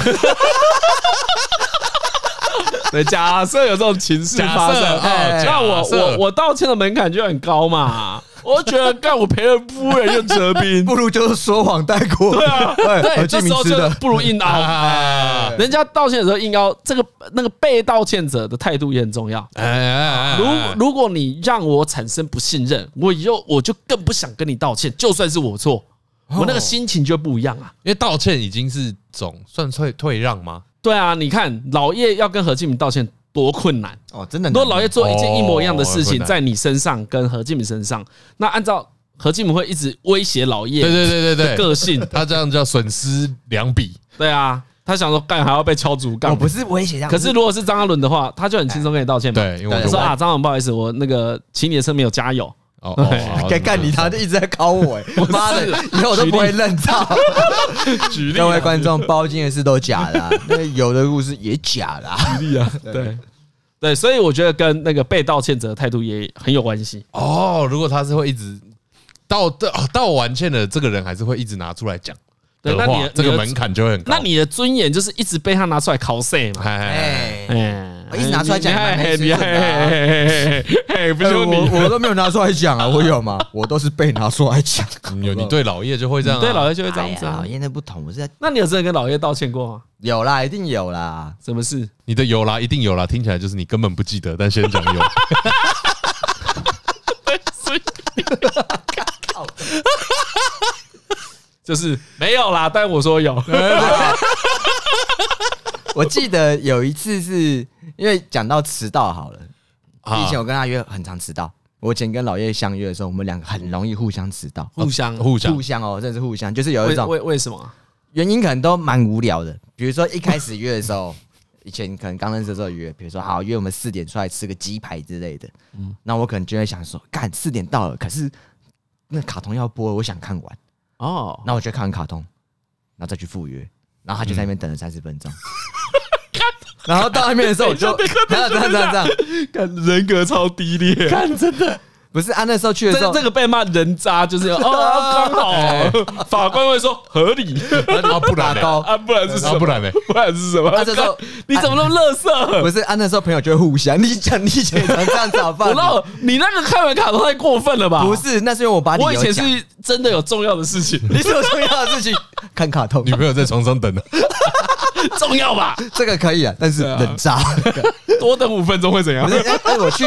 A: 对，假设有这种情势发
B: 假设
A: 生，
B: 哦
A: 哎
B: 假
A: 那我
B: 设
A: 我我道歉的门槛就很高嘛。 <laughs> 我就觉得干我赔了夫人又折兵，
C: 不如就是说谎带过。
A: <laughs> 对啊，
C: 哎
A: 对，
C: 何
A: 这
C: 敬
A: 时
C: 明
A: 候
C: 吃
A: 就
C: 的，
A: 不如硬
B: 哎
A: 凹。
B: 啊，
A: 人家道歉的时候硬凹，这个那个被道歉者的态度也很重要。
B: 哎哎哎，
A: 如如果你让我产生不信任，我以后我就更不想跟你道歉，就算是我错，我那个心情就不一样啊。
B: 因为道歉已经是种算退退让吗？
A: 对啊，你看老叶要跟何敬明道歉多困难，
C: 哦，真的
A: 如
C: 难，
A: 果老叶做一件一模一样的事情
B: 哦
A: 在你身上跟何敬明身上，那按照何敬明会一直威胁老叶
B: 对对对对
A: 的
B: 对，
A: 个
B: <laughs>
A: 性，
B: 他这样叫损失两笔，
A: 对啊，他想说干还要被敲竹
C: 我
A: 杠，
C: 哦不是威胁他，
A: 可是如果是张阿伦的话，他就很轻松跟你道歉嘛，
B: 对，因为我
A: 我
B: 就
A: 说啊，张阿伦不好意思，我那个骑你的车没有加油，
B: 哦哦，好
C: 该干你，他就一直在考我、哎，妈的，以后我都不会认账。
A: 啊举
C: 各位观众，包金的事都假的、啊，那有的故事也假的、啊。
A: 例啊， <laughs> 对对，所以我觉得跟那个被道歉者的态度也很有关系。
B: 哦，如果他是会一直道道道完歉的这个人，还是会一直拿出来讲
A: 对
B: 的
A: 那你
B: 话
A: 的，
B: 这
A: 你
B: 个
A: 的
B: 门槛就会很高。
A: 那你的尊严就是一直被他拿出来 cos 嘛，
B: 哎哎，
C: 哎、
A: 哎
C: 我一直拿出来讲也蛮没水准的啊
A: 嘿嘿嘿，哎不
C: 哎
A: 就你
C: 我我都没有拿出来讲啊，我有吗？我都是被拿出来讲。
B: 哎
A: 嗯
B: 有你对老叶就会这样啊，
A: 对老叶就会这
C: 哎
A: 样子
C: 呀，
A: 啊
C: 讨。厌的不同，我是在
A: 那你有真的跟老叶道歉过吗？
C: 有啦，一定有
A: <laughs>
C: 啦。
A: 什么事？
B: 你的有啦，一定有啦，听起来就是你根本不记得，但先讲有。
A: 就是 <laughs> 没有啦，但我说有。
C: 我记得有一次是因为讲到迟到好了，
A: 啊
C: 以前我跟他约很常迟到。我以前跟老叶相约的时候，我们两个很容易互相迟到，
A: <laughs> 互相
B: 啊互相
C: 互相哦，真的是互相，就是有一
A: 为
C: 种
A: 为为什
C: 啊
A: 么？
C: 原因可能都蛮无聊的。比如说一开始约的时候，以前可能刚认识的时候约，比如说好约我们四点出来吃个鸡排之类的，
A: 嗯
C: 那我可能就会想说，干四点到了，可是那卡通要播，我想看完，
A: 哦，
C: 那我就看完卡通，然后再去赴约，然后他就在那边等了三十分钟。
A: 嗯
C: <laughs> 然后到那边的时候，我就然后这样这 <laughs> 样这样，
A: <laughs> 看人格超低劣，看真的。
C: 不是啊，那时候去的
A: 这哎
C: 时候，
A: 这个被骂人渣 <laughs> 就是哦，刚好 <laughs> 法官会说合理
B: 啊，不然
C: 打
B: 嘞
C: 高
A: 啊，不然是什
B: 啊，
A: 么？
B: 不然嘞，
A: 不然是什么？
C: 啊这时候
A: 你怎么那么乐色？
C: 不是啊，那时候朋友就会互相，你讲你姐常这样早饭，
A: 我那你那个看完卡通太过分了吧？
C: 不，是，那是因为我把
A: 我以前
C: 你
A: <laughs> 是真的有重要的事情。
C: <laughs> 什么重要的事情看卡通
B: 女朋友在床上等呢。啊
A: <laughs> 重要吧？
C: 这个可以啊，但是冷
A: <laughs>
C: 炸。
A: 多等五分钟会怎样
C: 不？是，哎、哎我去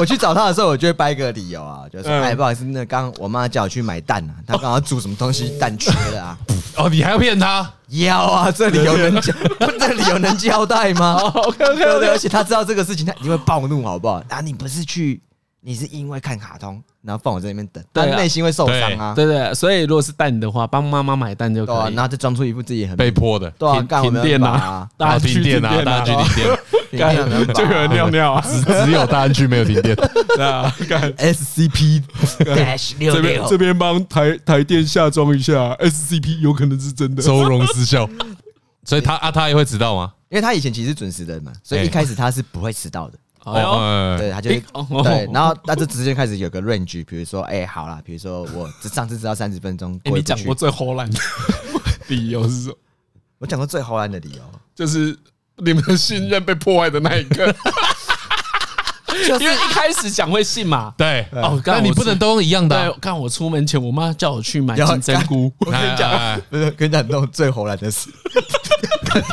C: 我去找他的时候，我就会掰个理由啊，就是
A: 嗯
C: 哎、不好意思，那刚刚我妈叫我去买蛋啊，她刚好煮什么东西蛋缺了啊。 <laughs>
B: 哦，你还要骗他？
C: 要啊，这理由能交，不 <laughs> 这理由能交代
A: <laughs>
C: 吗？
A: OK
C: 对
A: OK
C: 不对？而
A: OK，
C: 且他知道这个事情，他一定会暴怒，好不好？啊，你不是去，你是因为看卡通，然后放我在那边等，
A: 对
C: 他
A: 啊
C: 内心会受伤啊，
A: 对对，所以如果是蛋的话，帮妈妈买蛋就
C: 对啊
A: 可，以
C: 然。后就装出一副自己很
B: 被迫的，
C: 对啊，
A: 停
C: 干我没
A: 停
C: 有
A: 电
C: 办法
A: 啊
C: 啊，，
A: 大家去
B: 停电啊，大家去停电，
C: 停电啊没有办法啊
A: <laughs> 就有人尿尿啊，
B: 只有大安区没有停电。
A: 对啊，干
C: SCP <laughs>
D: dash 六
A: 这边
D: 六
A: 这边帮台台电下装一下，SCP 有可能是真的。
B: 收容失效，所以他啊，他也会迟到吗？
C: 因为他以前其实是准时的人嘛，所以一开始他是不会迟到的。
A: 哎呦
B: 哦，
C: 对，他就会
A: 哎哦
C: 对，然后他就直接开始有个 range，比如说，哎，好啦，比如说我这上次知道三十分钟
A: 欸
C: 过
A: 你
C: 意不
A: 讲
C: 去
A: 过，最齁烂的理由是什么？
C: 我讲过最后烂的理由，
A: 就是你们的信任被破坏的那一刻，
C: 就啊
A: 因为一开始讲会信嘛。
B: 对，
A: 哦干
B: 但你
A: 我
B: 不能都用一样的啊
A: 对，。看我出门前，我妈叫我去买
C: 有
A: 金针菇，
C: 我跟你
B: 哎哎哎
C: 讲，不是跟你讲那种最喉兰的事。 <laughs>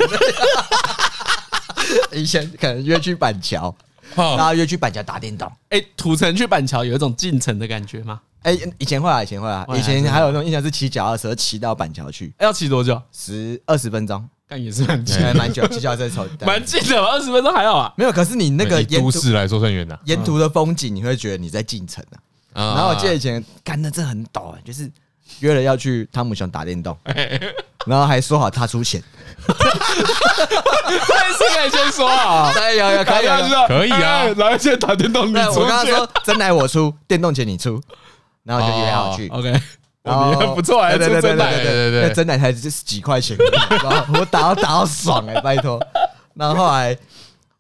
C: 以前可能约去板桥，
B: 哦
C: 然后约去板桥打电动。
A: 哎、土城去板桥有一种进城的感觉吗？
C: 哎、以前会啊，以前会啊，
A: 会啊
C: 以前还有那种印象是骑脚踏车骑到板桥去，
A: 哎要骑多久？
C: 十二十分钟，
A: 但也是蛮近，
C: 还蛮久，骑脚踏车从
A: 蛮近的吧，二十分钟还好啊。
C: 没有。可是你那个
B: 以
C: 沿
B: 都
A: 嗯
C: 途
B: 市来说算远的。
C: 沿途的风景，你会觉得你在进城啊。
B: 然
C: 然后我记得以前干的真的很陡、欸，就是约了要去汤姆熊打
A: <laughs>
C: 电动，然后还说好他出钱。
A: 但是可以先说 <laughs> 啊，
C: <laughs> 对，有有可以有有。
B: 可以啊
A: 哎然后现在打电动，你
C: 对，我
A: 出
C: 跟他
A: 去
C: 说真奶我出，电动钱你出，然后就约好去。
A: OK，
C: 然后
A: 啊哦你很不错，还
C: 对
A: 出
C: 对对
A: 真
C: 对
A: 奶。
C: 对
B: 对对对
C: 那真奶才就是几块钱而 <laughs> 已，然后我打到打到爽哎、拜托。然后后来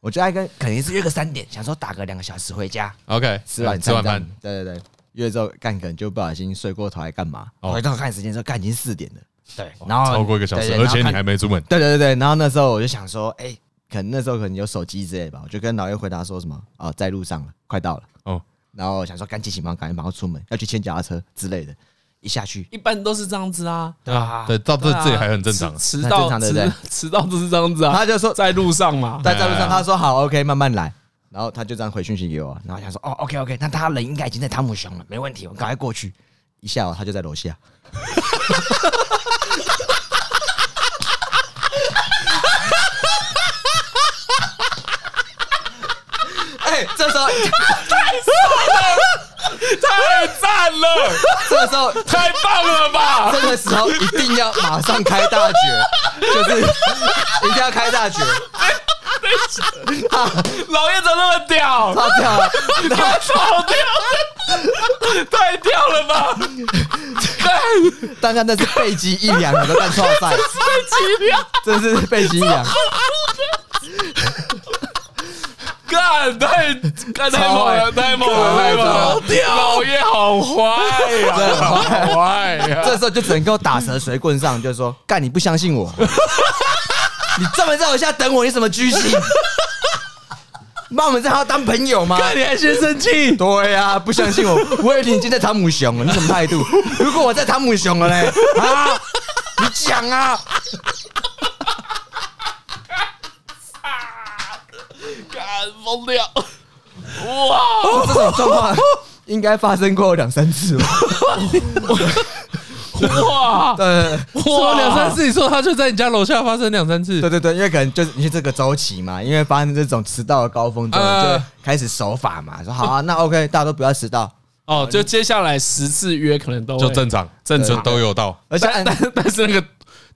C: 我就爱跟肯定是约个三点，想说打个两个小时回家
B: OK，
C: 吃晚
B: 哦吃
C: 餐
B: 晚
C: 这样
B: 饭，，
C: 对对对。约了之后干可能就不小心睡过头，还干嘛？
B: 哦
C: 回头看时间说干已经四点了，
D: 对，
C: 然后
B: 超过一个小
C: 对
B: 时，
C: 对
B: 而
C: 然后
B: 且你
C: 看
B: 还没出门。
C: 对对对对，然后那时候我就想说，哎、可能那时候可能有手机之类吧，我就跟老叶回答说什么哦，在路上了，快到了
B: 哦
C: 哦。然后我想说赶紧起忙，赶紧马上出门，要去牵脚踏车之类的。一下去，
A: 一般都是这样子啊，
D: 对啊，
B: 哦对，到这
A: 对啊
B: 这也还很正常。
A: 迟迟
C: 很正
A: 到
C: 常对不
A: 迟
C: 对
A: <laughs> 迟到都是这样子啊，
C: 他就
A: <laughs>
C: 说
A: 在路上嘛。
C: 在在路上，他说好，OK，慢慢来。然后他就这样回讯息给我，然后我想说哦，OK OK，那他人应该已经在汤姆熊了，没问题，我赶快过去。一下哦，他就在楼下。哎，这时候，
A: 太赞了，
C: 这时候
A: 太棒了吧！
C: 这个时候一定要马上开大绝，就是一定要开大绝，
A: 老叶怎么那么屌？
C: 他这样啊，然后
A: 好屌，太屌了吧！太
C: 大家那是背脊一凉，我都干错
A: <laughs>
C: 赛，
A: 奇妙，
C: 真是背脊一凉，
A: 干太干太猛了，太猛了，太
C: 超坏
A: 猛了！老叶好坏呀，
C: 真的
A: 好
C: 很坏
A: 坏呀！
C: <laughs> 这时候就只能够打蛇随棍上，就说干你不相信我，你这么在我下等我，你什么居心？那我们这还要当朋友吗？
A: 干你还先生气？
C: 对呀、不相信我，我以为你已经在汤姆熊了，你什么态度？如果我在汤姆熊了嘞，啊，你讲啊，
A: 干疯掉！哇！
C: 哦这种状况应该发生过两三次吧？
A: <laughs> 哇！
C: 对
B: 哇，两三次，你说他就在你家楼下发生两三次
C: 对，对对，因为可能就是因为这个周期嘛，因为发生这种迟到的高峰之后，
B: 呃
C: 就开始守法嘛，说好啊，那 OK，大家 <laughs> 都不要迟到，
A: 哦，就接下来十次约可能都会
B: <laughs> 就 <laughs> 正常，
A: 正
B: 就
A: 常
B: 都有到。
C: 而且
A: 但但但是那个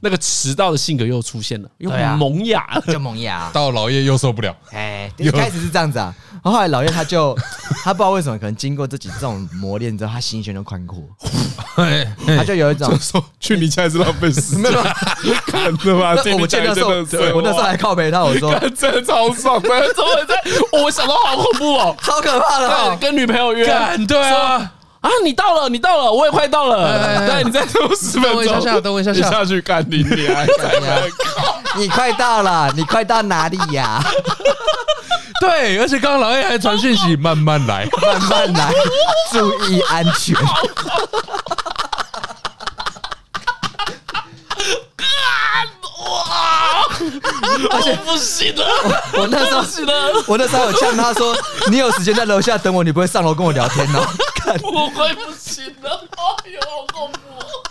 A: 那个迟到的性格又出现了，又
D: 对啊
A: 萌芽 <laughs> 了。
C: <laughs> 就
B: <laughs>
C: 萌芽、
B: 到老叶又受不了， <laughs>
D: 哎，
C: 一开始是这样子啊，然后后来老叶他就他不知道为什么，可能经过这几这种磨练之后，他心胸就宽阔，他就有一种。
B: 说去你家也是浪费时
C: 没
B: 间
C: 有，没有
B: 看的吧
C: 那我们见那时候，我那时候还靠北他，我说。
A: 真的超爽的，怎么在？我想到好恐怖哦
C: 超可怕的
A: 对，
C: 哦，
A: 跟女朋友约
B: 啊干对啊，
A: 啊，你到了，你到了，我也快到
B: 哎
A: 了。
B: 哎哎
A: 对，你再等我十分
B: 等我一下
A: 钟，
B: 下等我一下
A: 你
B: 下
A: 下去干你娘！
C: 你快到了，你快到哪里呀？
B: <laughs> 对，而且刚刚老叶还传讯息，慢慢来，
C: 慢慢来，注意安全。
A: 哇，
C: 而且
A: 不行了，
C: 我那时候
A: 不行了，
C: 我那时候有呛他说：“你有时间在楼下等我，你不会上楼跟我聊天哦。
A: 我快不行了，哎呦，好恐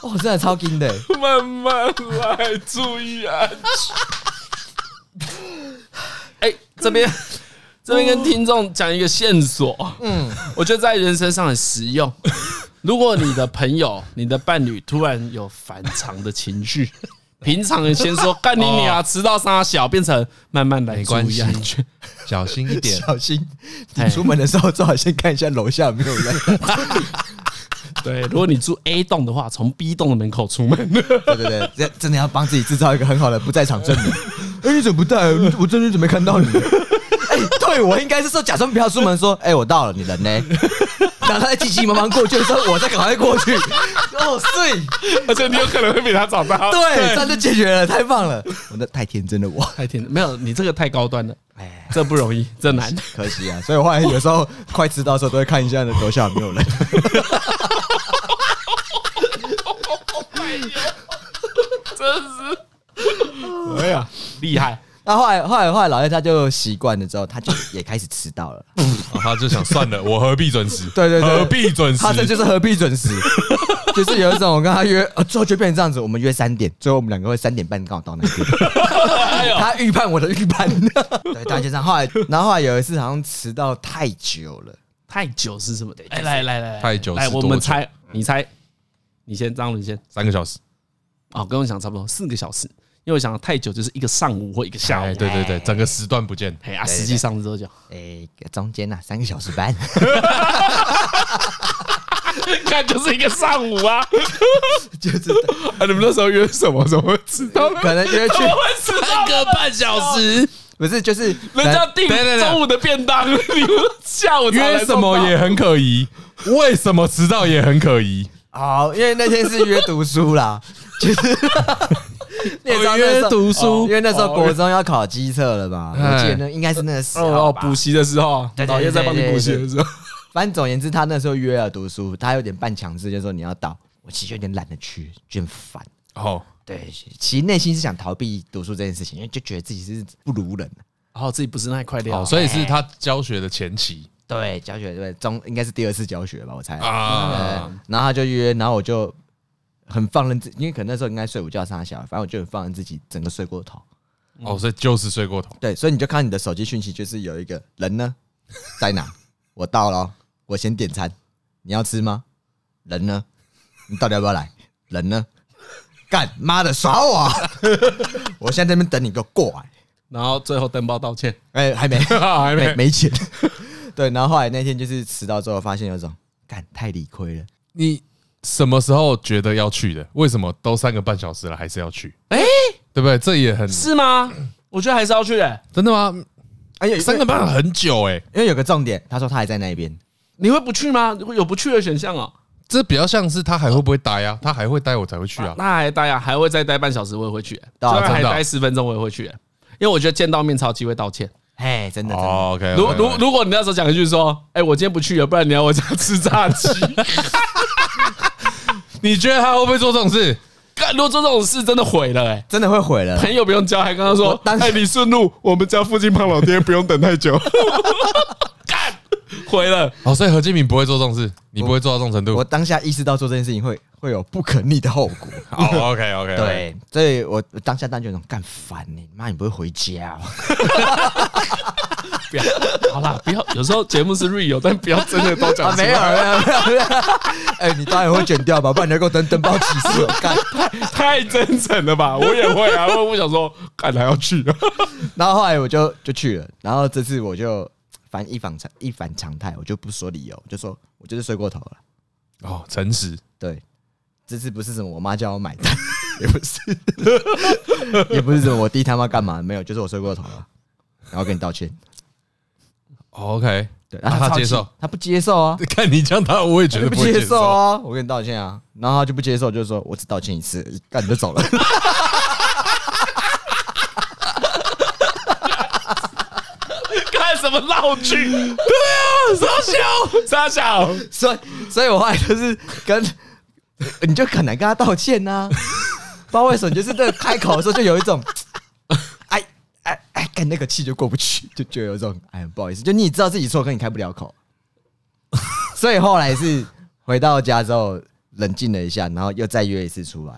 A: 怖！”
C: 哇，真的超惊的欸、
A: 慢慢来，注意安全。哎、这边这边跟听众讲一个线索，嗯，我觉得在人身上很实用。如果你的朋友、你的伴侣突然有反常的情
B: <laughs>
A: 绪，平常先说干你娘，迟到杀小，变成慢慢来，
B: 没
A: 注
B: 关
A: 意
B: 系
A: 安全。
B: <laughs> 小心一点。
C: 小心，你出门的时候最好先看一下楼下有没有人。
A: 对，如果你住 A 栋的话，从 B 栋的门口出门，
C: 对对对，这真的要帮自己制造一个很好的不在场证明。哎、你怎么不在？我我真的准备看到你。 <laughs> 哎、对我应该是说假装不要出门，说哎、我到了，你人呢？ <laughs> 然后他在急急忙忙过去的时候，我再赶快过去。哦，睡，
A: <laughs> 而且你有可能会比他早到。
C: 对，这样就解决了，太棒了！我那太天真了，我
A: 太甜了，没有你这个太高端了，
C: 哎，
A: 这不 <laughs> 容易，这难。
C: <laughs> 可惜啊。所以我后来有时候快迟到的时候，都会看一下楼下有没有人。
A: 哎呀，厉害！
C: 那后来后来后来，老叶他就习惯了之后，他就也开始迟到了。
B: 啊他就想算了，我何必准时？
C: <laughs> 对对对
B: 何必准时？
C: 他这就是何必准时，就是有一种我跟他约，呃最后就变成这样子，我们约三点，最后我们两个会三点半刚好到那边。他预判我的预判， <laughs> 对，大家就这样。后来，然后后来有一次好像迟到太久了，
A: 太久是什么？哎，来来来，来
B: 太久是
A: 来，我
B: 多
A: 们
B: 久
A: 猜，你猜，你先，张伦先。
B: 三个小时。
A: 哦，跟我想差不多，四个小时，因为我想太久就是一个上午或一个下
B: 哎，
A: 午。
B: 对对对，整个时段不见。
A: 哎啊，实际上是多久？
C: 诶、哎中间呐、三个小时半，
A: <laughs> 看就是一个上午 <laughs> 啊！
C: 就是
A: 啊，你们那时候约什么？怎么会迟到呢？
C: 可能约去
A: 三个半小时，
C: 不是就是
A: 人家订
B: 等等等
A: 中午的便当，你们下午才来
B: 约什么
A: 送到
B: 也很可疑，为什么迟到也很可疑。
C: 好、哦因为那天是约读书啦，
A: <laughs>
C: 就是你也知道那时候
A: 哦约读书
C: 因为那时候国中要考机测了吧，
B: 哎
C: 我记得那应该是那个时
A: 哦
C: 候
A: 哦，
C: 吧
A: 补习的时候，
C: 对对
A: 老叶在帮你补习的时候，
C: 反正总而言之，他那时候约了读书，他有点半强制，就说你要到。我其实有点懒得去，就很烦。
B: 哦，
C: 对，其实内心是想逃避读书这件事情，因为就觉得自己是不如人。
A: 然哦后自己不是那一块料
B: 好，，所以
C: 哎
B: 是他教学的前期
C: 对，教学对中应该是第二次教学吧，我猜。对
B: 啊。
C: 然后他就约，然后我就很放任自，因为可能那时候应该睡午觉上小，反正我就很放任自己，整个睡过头。嗯
B: 哦，所以就是睡过
A: <laughs>
B: 头。
C: 对，所以你就看到你的手机讯息，就是有一个人呢 <laughs> 在哪，我到了哦，我先点餐，你要吃吗？人呢？你到底要不要来？人呢？干妈的耍我 <laughs> 啊！我现在在那边等你，给我过来！
A: 然后最后登报道歉，
C: 哎、还没，
A: 还
C: 没
A: 没
C: 没钱。对，然后后来那天就是迟到之后，发现有种干太理亏了。
B: 你什么时候觉得要去的？为什么都三个半小时了还是要去？
A: 哎
B: 对不对？这也很
A: 是吗？我觉得还是要去欸的。
B: 真的吗？
C: 哎呀，
B: 三个半很久哎，
C: 因为有个重点，他说他还在那边。
A: 你会不去吗？如果有不去的选项哦，
B: 这比较像是他还会不会待啊？他还会待我才会去啊。
A: 那还待啊，还会再待半小时，我也会去。欸
C: 啊
A: 虽然还
B: 真的啊
A: 待十分钟，我也会去，欸因为我觉得见到面超有机会道歉。
C: 哎，真的，真的
B: 哦，OK，
A: 如如如果你那时候讲一句说，哎，我今天不去了，不然你来我家吃炸鸡。
B: 你觉得他会不会做这种事？
A: 干，如果做这种事真的毁了， <laughs> 哎，
C: 真的会毁了。
A: 朋友不用交，还跟他说
C: 我，当时
A: 哎，你顺路，我们家附近胖老爹不用等太久。干，毁了。
B: <laughs> 哦，所以何敬明不会做这种事，你不会做到这种程度
C: 我。当下意识到做这件事情会会有不可逆的后果。
B: <laughs> 哦，OK，OK，，
C: 对，所以我我当下当觉得干烦你，妈你不会回家、哦？
A: 不要，好啦，不要。有时候节目是 real，但不要真的都讲
C: <laughs> 啊，
A: 出
C: 没有
A: 来，
C: 没有没有没有， <laughs> 哎、你当然会剪掉吧，不然你要给我登登报启事哦，干。
A: 太真诚了吧？我也会啊，我我想说，干还要去啊？
C: 然后后来我就就去了，然后这次我就反一反常一反常态，我就不说理由，我就说我就是睡过头了。
B: 哦，诚实，
C: 对，这次不是什么我妈叫我买单， <laughs> 也不是，也不是什么我弟他妈干嘛，没有，就是我睡过头了，然后跟你道歉。
B: 哦 OK，
C: 对，
B: 那
C: 然后
B: 他
C: 超
B: 接
C: 气
B: 受，，
C: 他不接受啊，
B: <laughs> 看你这样，他我也觉
C: 就
B: 得
C: <laughs> 不
B: 不会接
C: 接受
B: 受。
C: 啊！我跟你道歉啊，然后他就不接受，就是说我只道歉一次，干你就走了。
A: <laughs> 看什么闹剧？对啊，傻小傻小，
C: 所以，所以我后来就是跟 <laughs> 你就很难跟他啊 <laughs> 道歉呐、不知道为什么，就是这个开口的时候就有一种，哎哎干那个气就过不去，就觉得有种哎不好意思，就你知道自己错，可你开不了口，所以后来是回到家之后冷静了一下，然后又再约一次出来，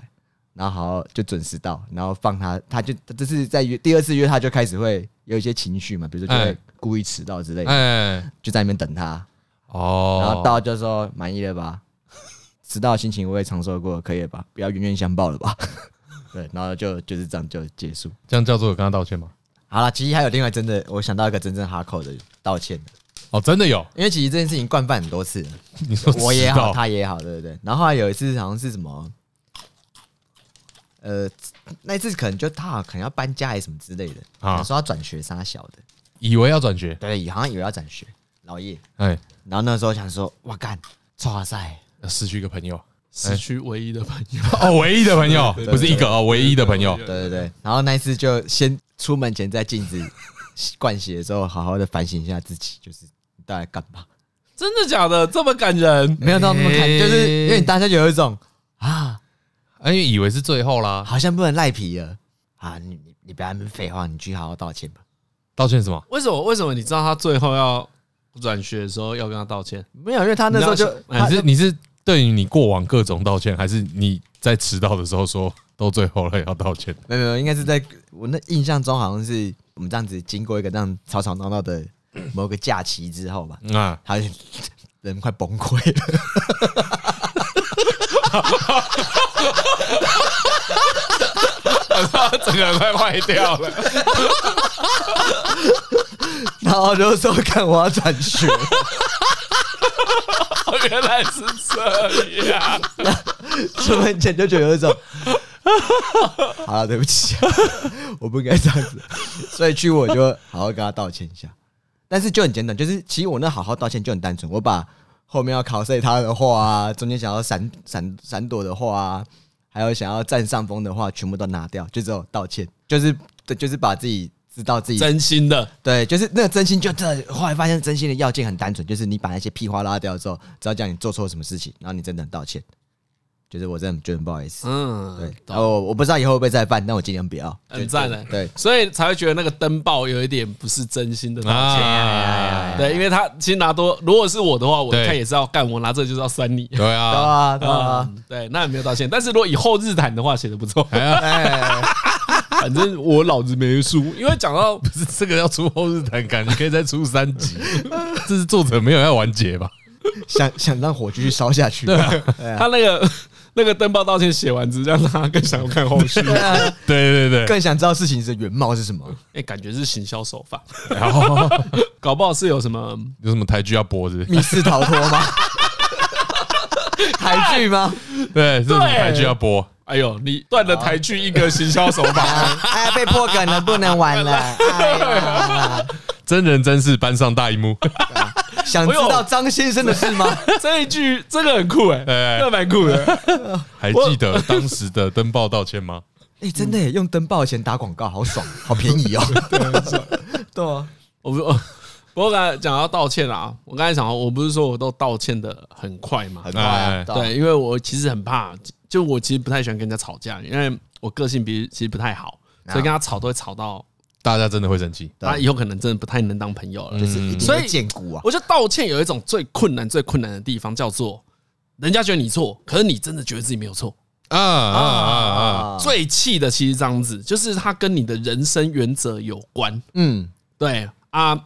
C: 然后好好就准时到，然后放他，他就这是在约第二次约他就开始会有一些情绪嘛，比如说就会
B: 哎
C: 故意迟到之类的，
B: 哎，
C: 就在那边等他，
B: 哦，
C: 然后到就说满意了吧， <laughs> 迟到的心情我也尝受过，可以了吧？不要冤冤相报了吧？ <laughs> 对，然后就就是这样就结束。
B: 这样叫做有跟他道歉吗？
C: 好了，其实还有另外真的，我想到一个真正哈扣的道歉的，
B: 哦，真的有，
C: 因为其实这件事情惯犯很多次了，
B: 你说
C: 我也
B: 知
C: 好，
B: 道
C: 他也好，对不对？然后后来有一次好像是什么，呃，那一次可能就他好像可能要搬家还是什么之类的，
B: 啊
C: 啊，说要转学啥小的，
B: 以为要转学，
C: 对，好像以为要转学，老叶，
B: 哎，
C: 然后那时候想说，哇干，哇塞，
B: 失去一个朋友， <laughs>
A: 失去唯一的朋友。
B: 哦，唯一的朋友，
C: 对
B: 不是一个哦，唯一的朋友，
C: 对对对，然后那一次就先出门前在镜子 <laughs> 灌洗的时候，好好的反省一下自己，就是你到底干 <laughs> 嘛？
A: 哎真的假的？这么感人？
C: 没有到那么
A: 哎
C: 看，
B: 欸
C: 就是因为你当下有一种啊，
B: 哎，因为以为是最后啦，
C: 好像不能赖皮了啊！你你你不要那么废话，你去好好道歉吧。
B: 道歉什么？
A: 为什么？为什么你知道他最后要转学的时候要跟他道歉？
C: 没有，因为他那时候就
A: 哎
B: 你是你是对于你过往各种道歉，还是你在迟到的时候说都最后了要道
C: <laughs>
B: 歉？
C: 没有没有，应该是在我那印象中好像是我们这样子经过一个这样吵吵闹闹的某个假期之后吧，
B: 啊，
C: 他就 <laughs> 人快崩溃了。
B: 整个人快坏掉了。
C: 然后就说：“ <laughs> 看我要转学。哦
A: 原来是这样。”
C: 出门前就觉得有一种， <laughs> 好了，对不起， <laughs> 我不应该这样子。所以去我就好好跟他道歉一下，但是就很简短，就是其实我那好好道歉就很单纯，我把后面要考碎他的话啊，中间想要闪闪闪躲的话啊，还有想要占上风的话，全部都拿掉，就只有道歉，就是对，就是把自己知道自己
A: 真心的，
C: 对，就是那个真心就这。后来发现真心的要件很单纯，就是你把那些屁话拉掉之后，只要讲你做错什么事情，然后你真的很道歉，就是我真的觉得很不好意思。对
A: 嗯，，
C: 然后我我不知道以后会不会再犯，但我尽量不要。
A: 很赞的，
C: 对
A: 所以才会觉得那个登报有一点不是真心的道歉。
B: 啊，
A: 对，因为他其实拿多，如果是我的话，我
B: 对
A: 看也是要干，我拿这个就是要删你。
B: 对
C: 对
B: 啊，
C: 啊，对啊，
A: 嗯对，那也没有道歉。但是如果以后日谈的话，写的不错。
C: 哎，
A: 反正我老子没输，因为讲到
B: 不是这个要出后日谈，感觉可以再出三集。 <laughs> 这是作者没有要完结吧？
C: 想想让火继续烧下去。对
A: 他那个 <laughs> 那个登报道歉写完，只让他更想要看后续。
C: 啊，
B: 对对对，
C: 更想知道事情的原貌是什么。
A: <laughs> 哎，感觉是行销手法，
B: <laughs> 然后
A: 搞不好是有什么
B: 有什么台剧要
A: <laughs>
B: 播是不是？
C: 密室逃脱吗？台剧吗？
B: 对，是什么台剧要播？
A: 哎呦，你断了台剧一个行销手法，
C: 啊，哎，被破梗了，不能玩了。哎呀
B: 真人真事搬上大荧幕， <laughs>
C: 想知道张先生的事吗？
A: 这一句真的很啊酷哎、真
B: 哎
A: 的蛮酷的。
B: 还记得当时的登报道歉吗？ <laughs>
C: 哎、真的耶用登报的钱打广告，好爽，好便 <laughs> 宜哦。对啊，
A: 我不，我不过刚才讲到道歉啦，我刚才想，我不是说我都道歉的很快嘛
C: 很，快啊
B: 哎。
C: 对啊，
A: 对，因为我其实很怕，就我其实不太喜欢跟人家吵架，因为我个性比其实不太好，所以跟他吵都会吵到
B: 大家真的会
A: <laughs>
B: 生气。
C: 对
A: 他以后可能真的不太能当朋友了。
C: 就是一定
A: 所
C: 要
A: 以
C: 见骨啊。
A: 我觉得道歉有一种最困难、最困难的地方，叫做人家觉得你错，可是你真的觉得自己没有错。
B: 啊啊啊啊！
C: 啊，
A: 最气的其实这样子，就是它跟你的人生原则有关。
C: 嗯，
A: 对啊，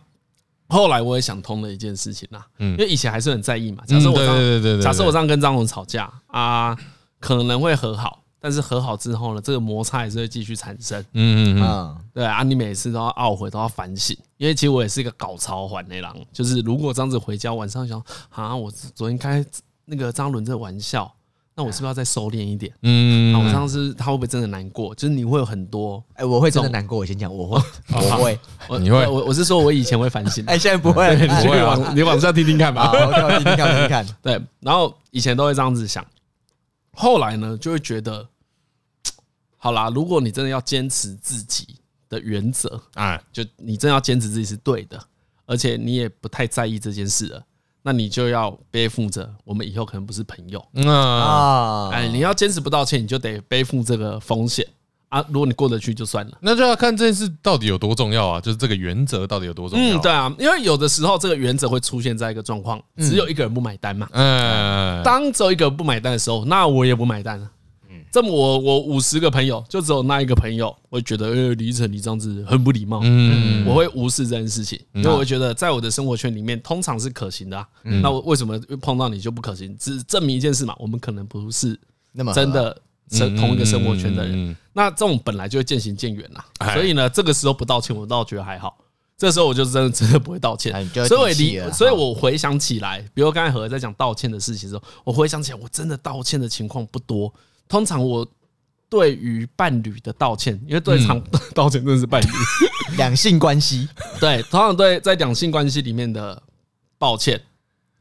A: 后来我也想通了一件事情啦，
B: 嗯
A: 因为以前还是很在意嘛。假设我这
B: 对
A: 样，
B: 对对对对，
A: 假设我这样跟张红吵架啊，可能会和好，但是和好之后呢，这个摩擦也是会继续产生。
B: 嗯嗯嗯，
C: 啊，
A: 对啊，你每次都要懊悔，都要反省，因为其实我也是一个搞潮环的狼，就是如果这样子回家晚上想啊，我昨天开那个张伦这个玩笑，那我是不是要再收敛一点？
B: 嗯，
A: 那我上次他会不会真的难过？就是你会有很多，
C: 哎、我会真的难过。我先讲，我会， <laughs> 我会。
A: 我
B: 哎你会
A: 我我是说我以前会反省，
C: 哎、现在不
B: <laughs>
C: 会了。
A: 你
C: 哎
A: 去
B: 不会
C: <laughs>
B: 啊
A: 往你往下听听看
C: 好，
A: 吧。
C: 我听听看，我听听看。
A: 对，然后以前都会这样子想，后来呢就会觉得，好啦，如果你真的要坚持自己的原则，
B: <laughs> 哎，
A: 就你真的要坚持自己是对的，而且你也不太在意这件事了，那你就要背负着我们以后可能不是朋友。哎
B: 那
C: 啊，
A: 哎，你要坚持不道歉，你就得背负这个风险啊，如果你过得去就算了。
B: 那就要看这件事到底有多重要啊，就是这个原则到底有多重要。
A: 嗯，对，啊，因为有的时候这个原则会出现在一个状况，只有一个人不买单嘛。
B: 嗯，
A: 当只有一个人不买单的时候，那我也不买单了。这么我我五十个朋友，就只有那一个朋友，我会觉得，呃，李晨你这样子很不礼貌。
B: 嗯
A: 我会无视这件事情，因为我会觉得在我的生活圈里面，通常是可行的啊。
B: 嗯
A: 那我为什么碰到你就不可行？只证明一件事嘛，我们可能不是
E: 那么
A: 真的生同一个生活圈的
B: 嗯嗯嗯嗯
A: 人
B: 嗯。
A: 那这种本来就会渐行渐远啦
B: 哎，
A: 所以呢，这个时候不道歉，我倒觉得还好。这时候我就真的真的不会道歉
E: 哎你就，会
A: 所以我
E: 底气了
A: 理，所以我回想起来，比如刚才何在讲道歉的事情的时候，我回想起来，我真的道歉的情况不多。通常我对于伴侣的道歉，因为对常 <laughs> 道歉真的是伴侣，
E: 两性关系，
A: <laughs> 对，通常对在两性关系里面的抱歉，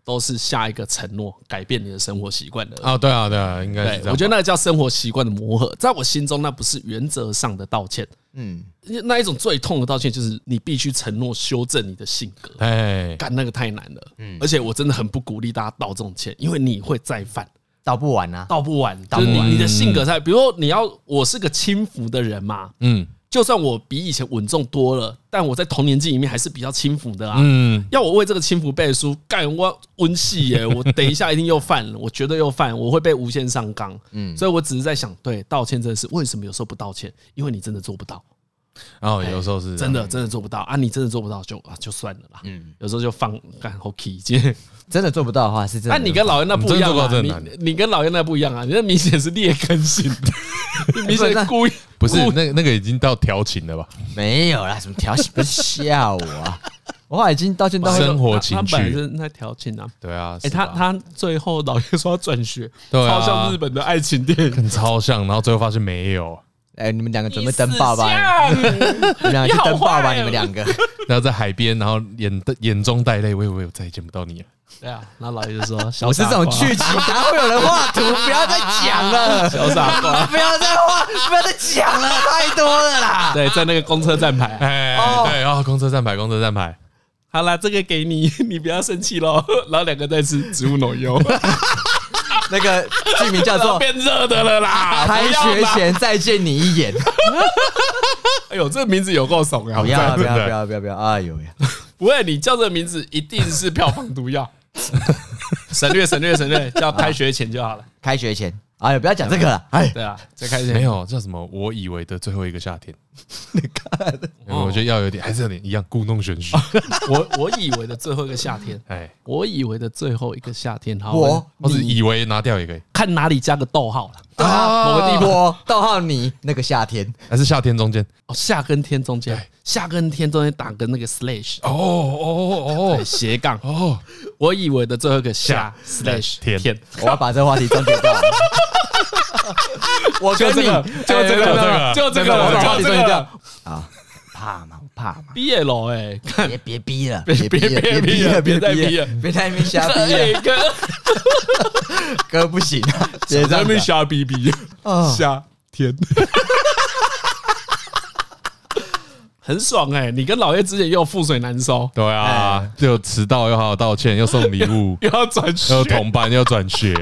A: 都是下一个承诺，改变你的生活习惯的。
B: 啊，对啊，对啊，应该是
A: 哦对
B: 这，样。
A: 我觉得那个叫生活习惯的磨合，在我心中那不是原则上的道歉，
E: 嗯，
A: 那一种最痛的道歉就是你必须承诺修正你的性格。
B: 哎，
A: 干那个太难了，而且我真的很不鼓励大家道这种歉，因为你会再犯，
E: 道不完啊，
A: 道不完。就是你
E: 完
A: 你的性格在，比如说你要我是个轻浮的人嘛，
B: 嗯
A: 就算我比以前稳重多了，但我在同年纪里面还是比较轻浮的啊。
B: 嗯，
A: 要我为这个轻浮背书，干我温戏耶！我等一下一定又犯了，我绝对又犯，我会被无限上纲。嗯，所以我只是在想，对，道歉真的是为什么有时候不道歉？因为你真的做不到，
B: 然后哦有时候是
A: 真的真的做不到啊！你真的做不到就啊就算了啦。嗯，有时候就放干好 key <laughs> 今天。
C: 真的做不到的话是真的。
A: 但你跟老袁那不一样
B: 我们
A: 啊，
B: 真的
A: 你
B: 做不到真的
A: 你跟老袁那不一样啊，你那明显是劣根
B: <laughs>
A: 性的，你明显故意
B: 不是那那个已经到调情了吧？
C: 没有啦，什么调戏不是吓我啊！我后来已经道歉到
B: 生活情
A: 他
B: 趣
A: 他本来是在调情啊。
B: 对啊，
A: 哎，
B: 是吧
A: 他他最后老袁说要转学，
B: 对啊
A: 超像日本的爱情电
B: <laughs>
A: 影。
B: 很超像，然后最后发现没有，
C: 哎、你们两个准备登报吧，你们两个
A: 你
C: 去
A: 好
C: 登报吧，
A: 坏哦
C: 你们两个。
B: 然后在海边，然后眼眼中带泪，我以为我再也见不到你了。
A: 对啊，然后老
B: <laughs>
A: 爷就说：“小
C: 我是这种去极，哪会有人画图？不要再讲了，
A: 小傻瓜。
C: 不要再画，不要再讲了，太多了”啦。
A: 对，在那个公车站牌，
B: 哎，
A: 哦
B: 对啊，公车站牌，公车站牌，
A: 好啦，这个给你，你不要生气喽。然后两个在吃植物奶
B: <laughs>
A: 油，
C: 那个剧名叫
A: 然后
C: 做《
A: 变热的了啦。
C: 开
A: 不要
C: 学
A: 啦，
C: 前再见你一眼》。
A: 哎呦，这名字有够怂啊！
C: 不要啊不
B: 真
C: 要
B: 的
C: 不要不要不要！哎呦呀，
A: 不会，你叫这个名字一定是票房毒 <laughs> 药。省略省略省略，叫开学前就好了。
C: 开学前，哎呦，不要讲这个了。哎，
A: 对啊，再开学
B: 没有叫什么？我以为的最后一个
A: <laughs>
B: 夏天，你看，我觉得要有点，还是有点一样故弄玄
A: 哦
B: 虚。
A: 我我以为的最后一个夏天，
B: 哎，
A: 我以为的最后一个夏天，好，
C: 我
B: 我只以为拿掉也可以，
A: 看哪里加个逗号了。
C: 啊，某个地我逗号你那个夏天，
B: 还是夏天中间。
A: 哦，下跟天中间，下跟天中间打个那个 slash，
B: 哦哦
A: 对斜杠。
B: 哦哦，
A: 我以为的最后一个下 slash
B: 天
A: 天，
C: 我要把这话题终结 <laughs> 掉。我跟
A: 就这
C: 你
A: 个，就这个，
B: 哎
A: 就这
B: 这个
A: 个，
C: 我把
A: 就
C: 话题
A: 这
C: 终结
A: 个
C: 掉。
D: 怕嘛，我怕嘛，
A: 毕业了哎，看
D: 别别逼了，
C: 别逼了，别逼了，
A: 别
C: 别
A: 再
C: 逼
A: 逼
C: 了
A: 了，
C: 别在那边瞎
A: <laughs>
C: 逼了，
A: 这哎个
C: 哥不行啊，别 <laughs> 这
A: 在那 <laughs>
C: 样
A: 边
C: 子
A: 瞎逼逼
C: 啊。
A: 瞎天，很爽哎！你跟老叶之前又覆水难收，
B: <laughs>
A: <laughs>
B: 对
A: 哎
B: 啊，又迟到，又好好道歉，又送礼物，
A: <laughs> 又要转学，
B: 又
A: 又
B: 同班，又转学，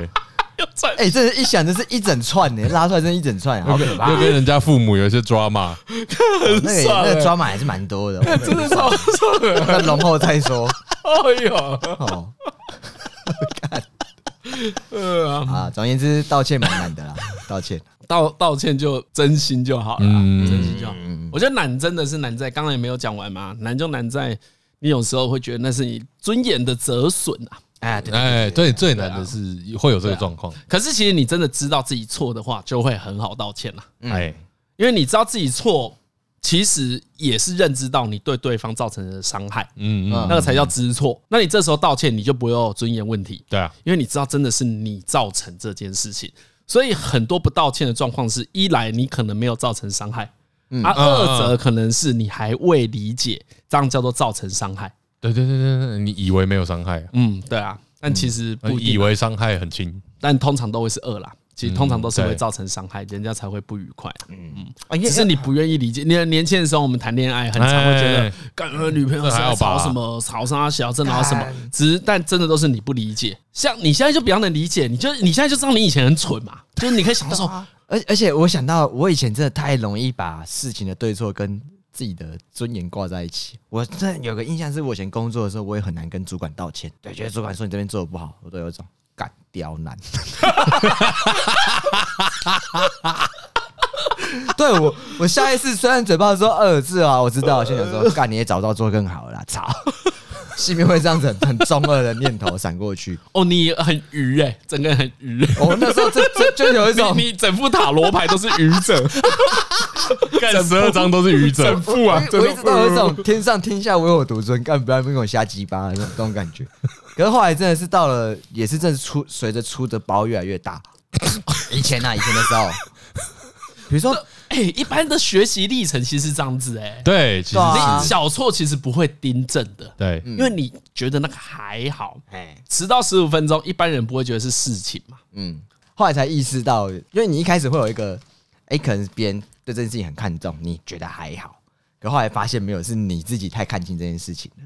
A: 转
C: 哎，真的，一想这是一整串呢，拉出来真是一整串，啊好可怕。
A: 啊
B: 又跟人家父母有一些 drama。
C: 那个也
A: 爽
C: 那
A: 欸
C: 个抓马还是蛮多的，哦
A: 真的超爽的！
C: <laughs> 那龙后再说。
A: 哎呦，
C: 哦，
A: 呃啊
C: 啊，总而言之，道歉蛮难的啦，道歉。
A: 道道歉就真心就好了啦，
B: 嗯
A: 真心就好。我觉得难真的是难在，刚才也没有讲完嘛，难就难在你有时候会觉得那是你尊严的折损啊。
D: 哎，对
B: 哎，对，最难的是会有这个状况。
A: 可是其实你真的知道自己错的话，就会很好道歉啦，
B: 哎，
A: 因为你知道自己错，其实也是认知到你对对方造成的伤害，
B: 嗯嗯，
A: 那个才叫知错。那你这时候道歉，你就不会有尊严问题。
B: 对啊，
A: 因为你知道真的是你造成这件事情，所以很多不道歉的状况是：一来你可能没有造成伤害，啊，二则可能是你还未理解，这样叫做造成伤害。
B: 对对对对对，你以为没有伤害，
A: 嗯，对啊，但其实不一定啊
B: 以为伤害很轻，
A: 但通常都会是二啦。其实通常都是
B: 嗯
A: 会
B: 对嗯
A: 造成伤害，人家才会不愉快。嗯
C: 啊，因
A: 只是
C: 为
A: 你不愿意理解。你年轻的时候，我们谈恋爱很常会觉得
B: 哎，
A: 干呃女朋友是
B: 这还
A: 在
B: 好吧
A: 吵什么，吵啥小争吵什么。只是但真的都是
C: <laughs>
A: 你不理解。像你现在就比较能理解，你就你现在就知道你以前很蠢嘛，就是你可以想到说，
C: 而而且我想到，我以前真的太容易把事情的对错跟自己的尊严挂在一起。我真的有个印象是，我以前工作的时候，我也很难跟主管道歉。对，觉得主管说你这边做的不好，我都有一种干刁难。 <laughs> 对我，我下一次虽然嘴巴说二字啊，我知道，心想说干你也找到做更好了啦，操！心里面会这样子很 <laughs> 很中二的念头闪过去。
A: 哦，你很愚哎、整个人很
B: <laughs>
A: 愚、
C: 我那时候这这就有一种
A: 你你整副塔罗牌都是愚者，
C: <laughs>
A: 干
B: 十二张都是愚者
A: 整，副啊，
C: 我一直都有一种天上天下唯我独尊，干不要跟我瞎鸡巴那种那种感觉。可是后来真的是到了，也是真的出随着出的包越来越大。以前啊，以前的时候， <laughs> 比 <laughs> 如说
A: 哎、一般的学习历程其实是这样子哎、
B: 对，其实
C: 对啊
A: 你小错其实不会订正的，
B: 对，
A: 因
C: 嗯
A: 为你觉得那个还好，
C: 哎，
A: 迟到十五分钟，一般人不会觉得是事情嘛。
C: 嗯，后来才意识到，因为你一开始会有一个，哎、可能别人对这件事情很看重，你觉得还好，可后来发现没有，是你自己太看清这件事情了。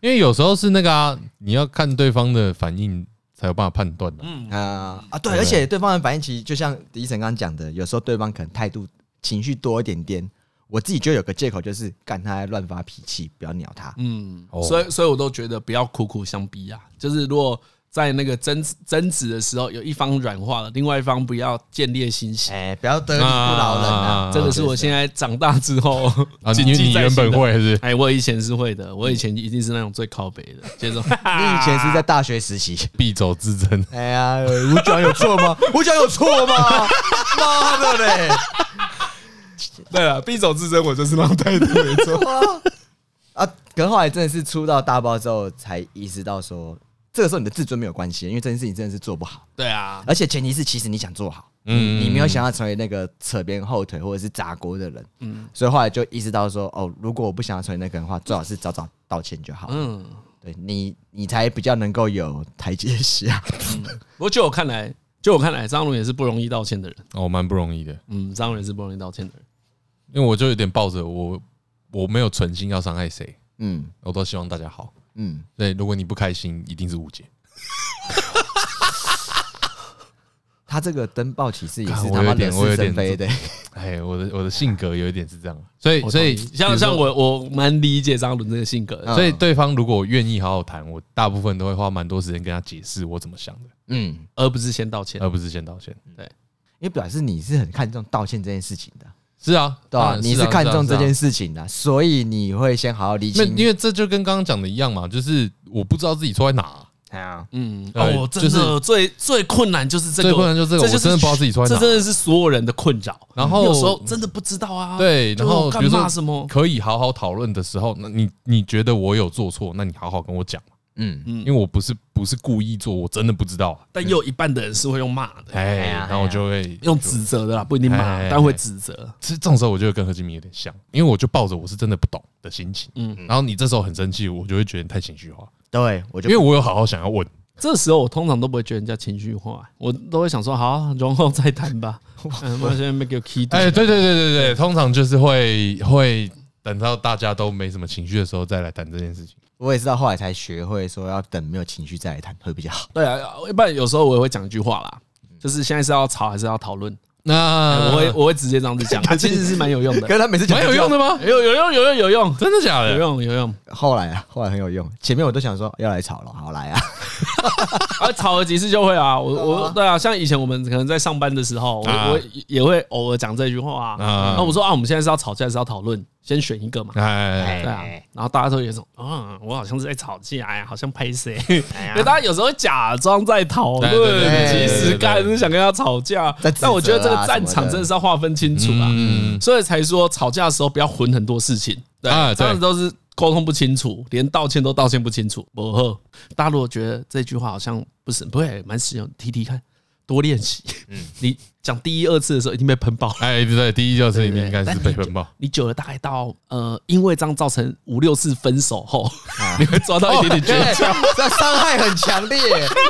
B: 因为有时候是那个啊，你要看对方的反应才有办法判断的。
A: 嗯
C: 啊、啊，对，而且对方的反应其实就像迪神刚刚讲的，有时候对方可能态度情绪多一点点，我自己就有个借口就是干他在乱发脾气，不要鸟他。
A: 嗯，
B: 哦
A: 所以所以我都觉得不要苦苦相逼啊，就是如果在那个争争执的时候，有一方软化了，另外一方不要见猎心喜。
C: 哎、不要得理不饶人啊！
A: 这个是我现在长大之后
B: 啊，你
A: 谨记
B: 你
A: 在
B: 原
A: 心
B: 本
A: 的。
B: 会是
A: 哎，我以前是会的，我以前一定是那种最靠北的，接着
C: <laughs> 你以前是在大学时期，
B: 必走之争，
C: 哎呀，我讲有错 <laughs> 吗？我讲有错吗？ <laughs> 妈的嘞！
A: 对了，必走之争，我就是那种态度，没错。
C: 啊，可是后来真的是出到大包之后，才意识到说，这个时候你的自尊没有关系，因为这件事情真的是做不好，
A: <laughs> 对啊，
C: 而且前提是其实你想做好，
B: 嗯
C: 嗯，你没有想要成为那个扯别人后腿或者是砸锅的人，嗯，所以后来就意识到说，哦，如果我不想要成为那个人的话，最好是早早道歉就好，
A: 嗯，
C: 对你，你才比较能够有台阶下。
B: 嗯
A: 不过就我看来，就我看来，张龙也是不容易道歉的人。
B: 哦，蛮不容易的，
A: 嗯，张龙也是不容易道歉的人。
B: 因为我就有点抱着我我没有存心要伤害谁，
C: <laughs> 嗯
B: 我都希望大家好。
C: 嗯，
B: 所以如果你不开心，一定是误解。 <laughs>
C: 他这个登报启事也
B: 干
C: 是
B: 我
C: 他
B: 有
C: 妈惹
B: 点我有
C: 是
B: 点
C: 生
B: <laughs>
C: 非的，
B: 哎，我的我的性格有一点是这样，所以所以
A: 像像我，我蛮理解张伦这个性格的。
C: 嗯
B: 所以对方如果愿意好好谈，我大部分都会花蛮多时间跟他解释我怎么想的，
C: 嗯，
A: 而不是先道歉。
B: 而不是先道歉。
C: 因为表示你是很看重道歉这件事情的。
B: 是啊，
C: 对
B: 当
C: 吧、
B: 然
C: 你
B: 啊
C: 是看重这件
B: 事
C: 事情的、所以你会先好好理
B: 啊。那
C: 清。
B: 因为这就跟刚刚讲的一样嘛，就是我不知道自己错在哪啊，
C: 哎呀，
A: 嗯，
B: 对
A: 哦，真
B: 就
A: 的
B: 是
A: 最最困难就是这个，
B: 最困难就是这个
A: 就
B: 我真的不知道自己出来
A: 这
B: 哪
A: 真的是所有人的困扰。
B: 然后
A: 有时候真的不知道啊，
B: 对，
A: 就
B: 然后比
A: 干
B: 如
A: 嘛
B: 说
A: 什么，
B: 可以好好讨论的时候，那你你觉得我有做错，那你好好跟我讲，
C: 嗯，
B: 因为我不是不是故意做，我真的不知道啊。
A: 但又有一半的人是会用骂的，
B: 哎，然后我就会
A: 用指责的啦，不一定骂
B: 哎，
A: 但会指责。
B: 这这种时候我就会跟何金明有点像，因为我就抱着我是真的不懂的心情，嗯，然后你这时候很生气，我就会觉得你太情绪化，
C: 对，我
B: 因
C: 就
B: 为我有好好想要问，
A: 这时候我通常都不会觉得人家情绪化，我都会想说好，啊容后再谈
B: <laughs>
A: 吧。嗯，我现在没给我 key
B: 哎，对对对对对，通常就是会会等到大家都没什么情绪的时候再来谈这件事情，
C: 我也是到后来才学会说要等没有情绪再来谈会比较好。
A: 对啊，一般有时候我也会讲一句话啦，就是现在是要吵还是要讨论？
B: 那
A: 哎我会我会直接这样子讲，啊 <laughs> 其实呃是蛮有用的
C: 可，是他每次讲
B: 蛮有用的吗？
A: 有有用有用有用
B: 真的假
A: 有
B: 的？
A: 用有用。
C: 后来啊，后来很有用。前面我都想说要来吵了，好来啊，
A: 啊，吵了几次就会啊，我我对啊，像以前我们可能在上班的时候，我
B: 啊
A: 我也会偶尔讲这句话啊
B: 啊。
A: 那我说啊，我们现在是要吵架还是要讨论？先选一个嘛。
B: 哎，
A: 对啊
F: 哎，
A: 然后大家都有一种，嗯，我好像是在吵架，哎呀，好像拍谁？因为大家有时候假装在讨
B: 哎对对对
A: 论，
C: 对
A: 其
C: 对
A: 实
B: 对对
A: 干是想跟他吵架
C: 在指。责啊
A: 但我觉得这个战场真的是要划分清楚啊，
B: 嗯，
A: 所以才说吵架的时候不要混很多事情，对，
B: 啊对
A: 这样子都是沟通不清楚，连道歉都道歉不清楚。不后大家如果觉得这句话好像不是不会蛮实用，提提看，多练习。嗯， <laughs> 你讲第一、二次的时候已经被喷爆了。
B: 哎，对，第一教室里面应该是被喷爆，
A: 你久了大概到呃，因为这样造成五六次分手 <laughs> 后，你会抓到一点点诀窍。
C: 这伤害很强烈，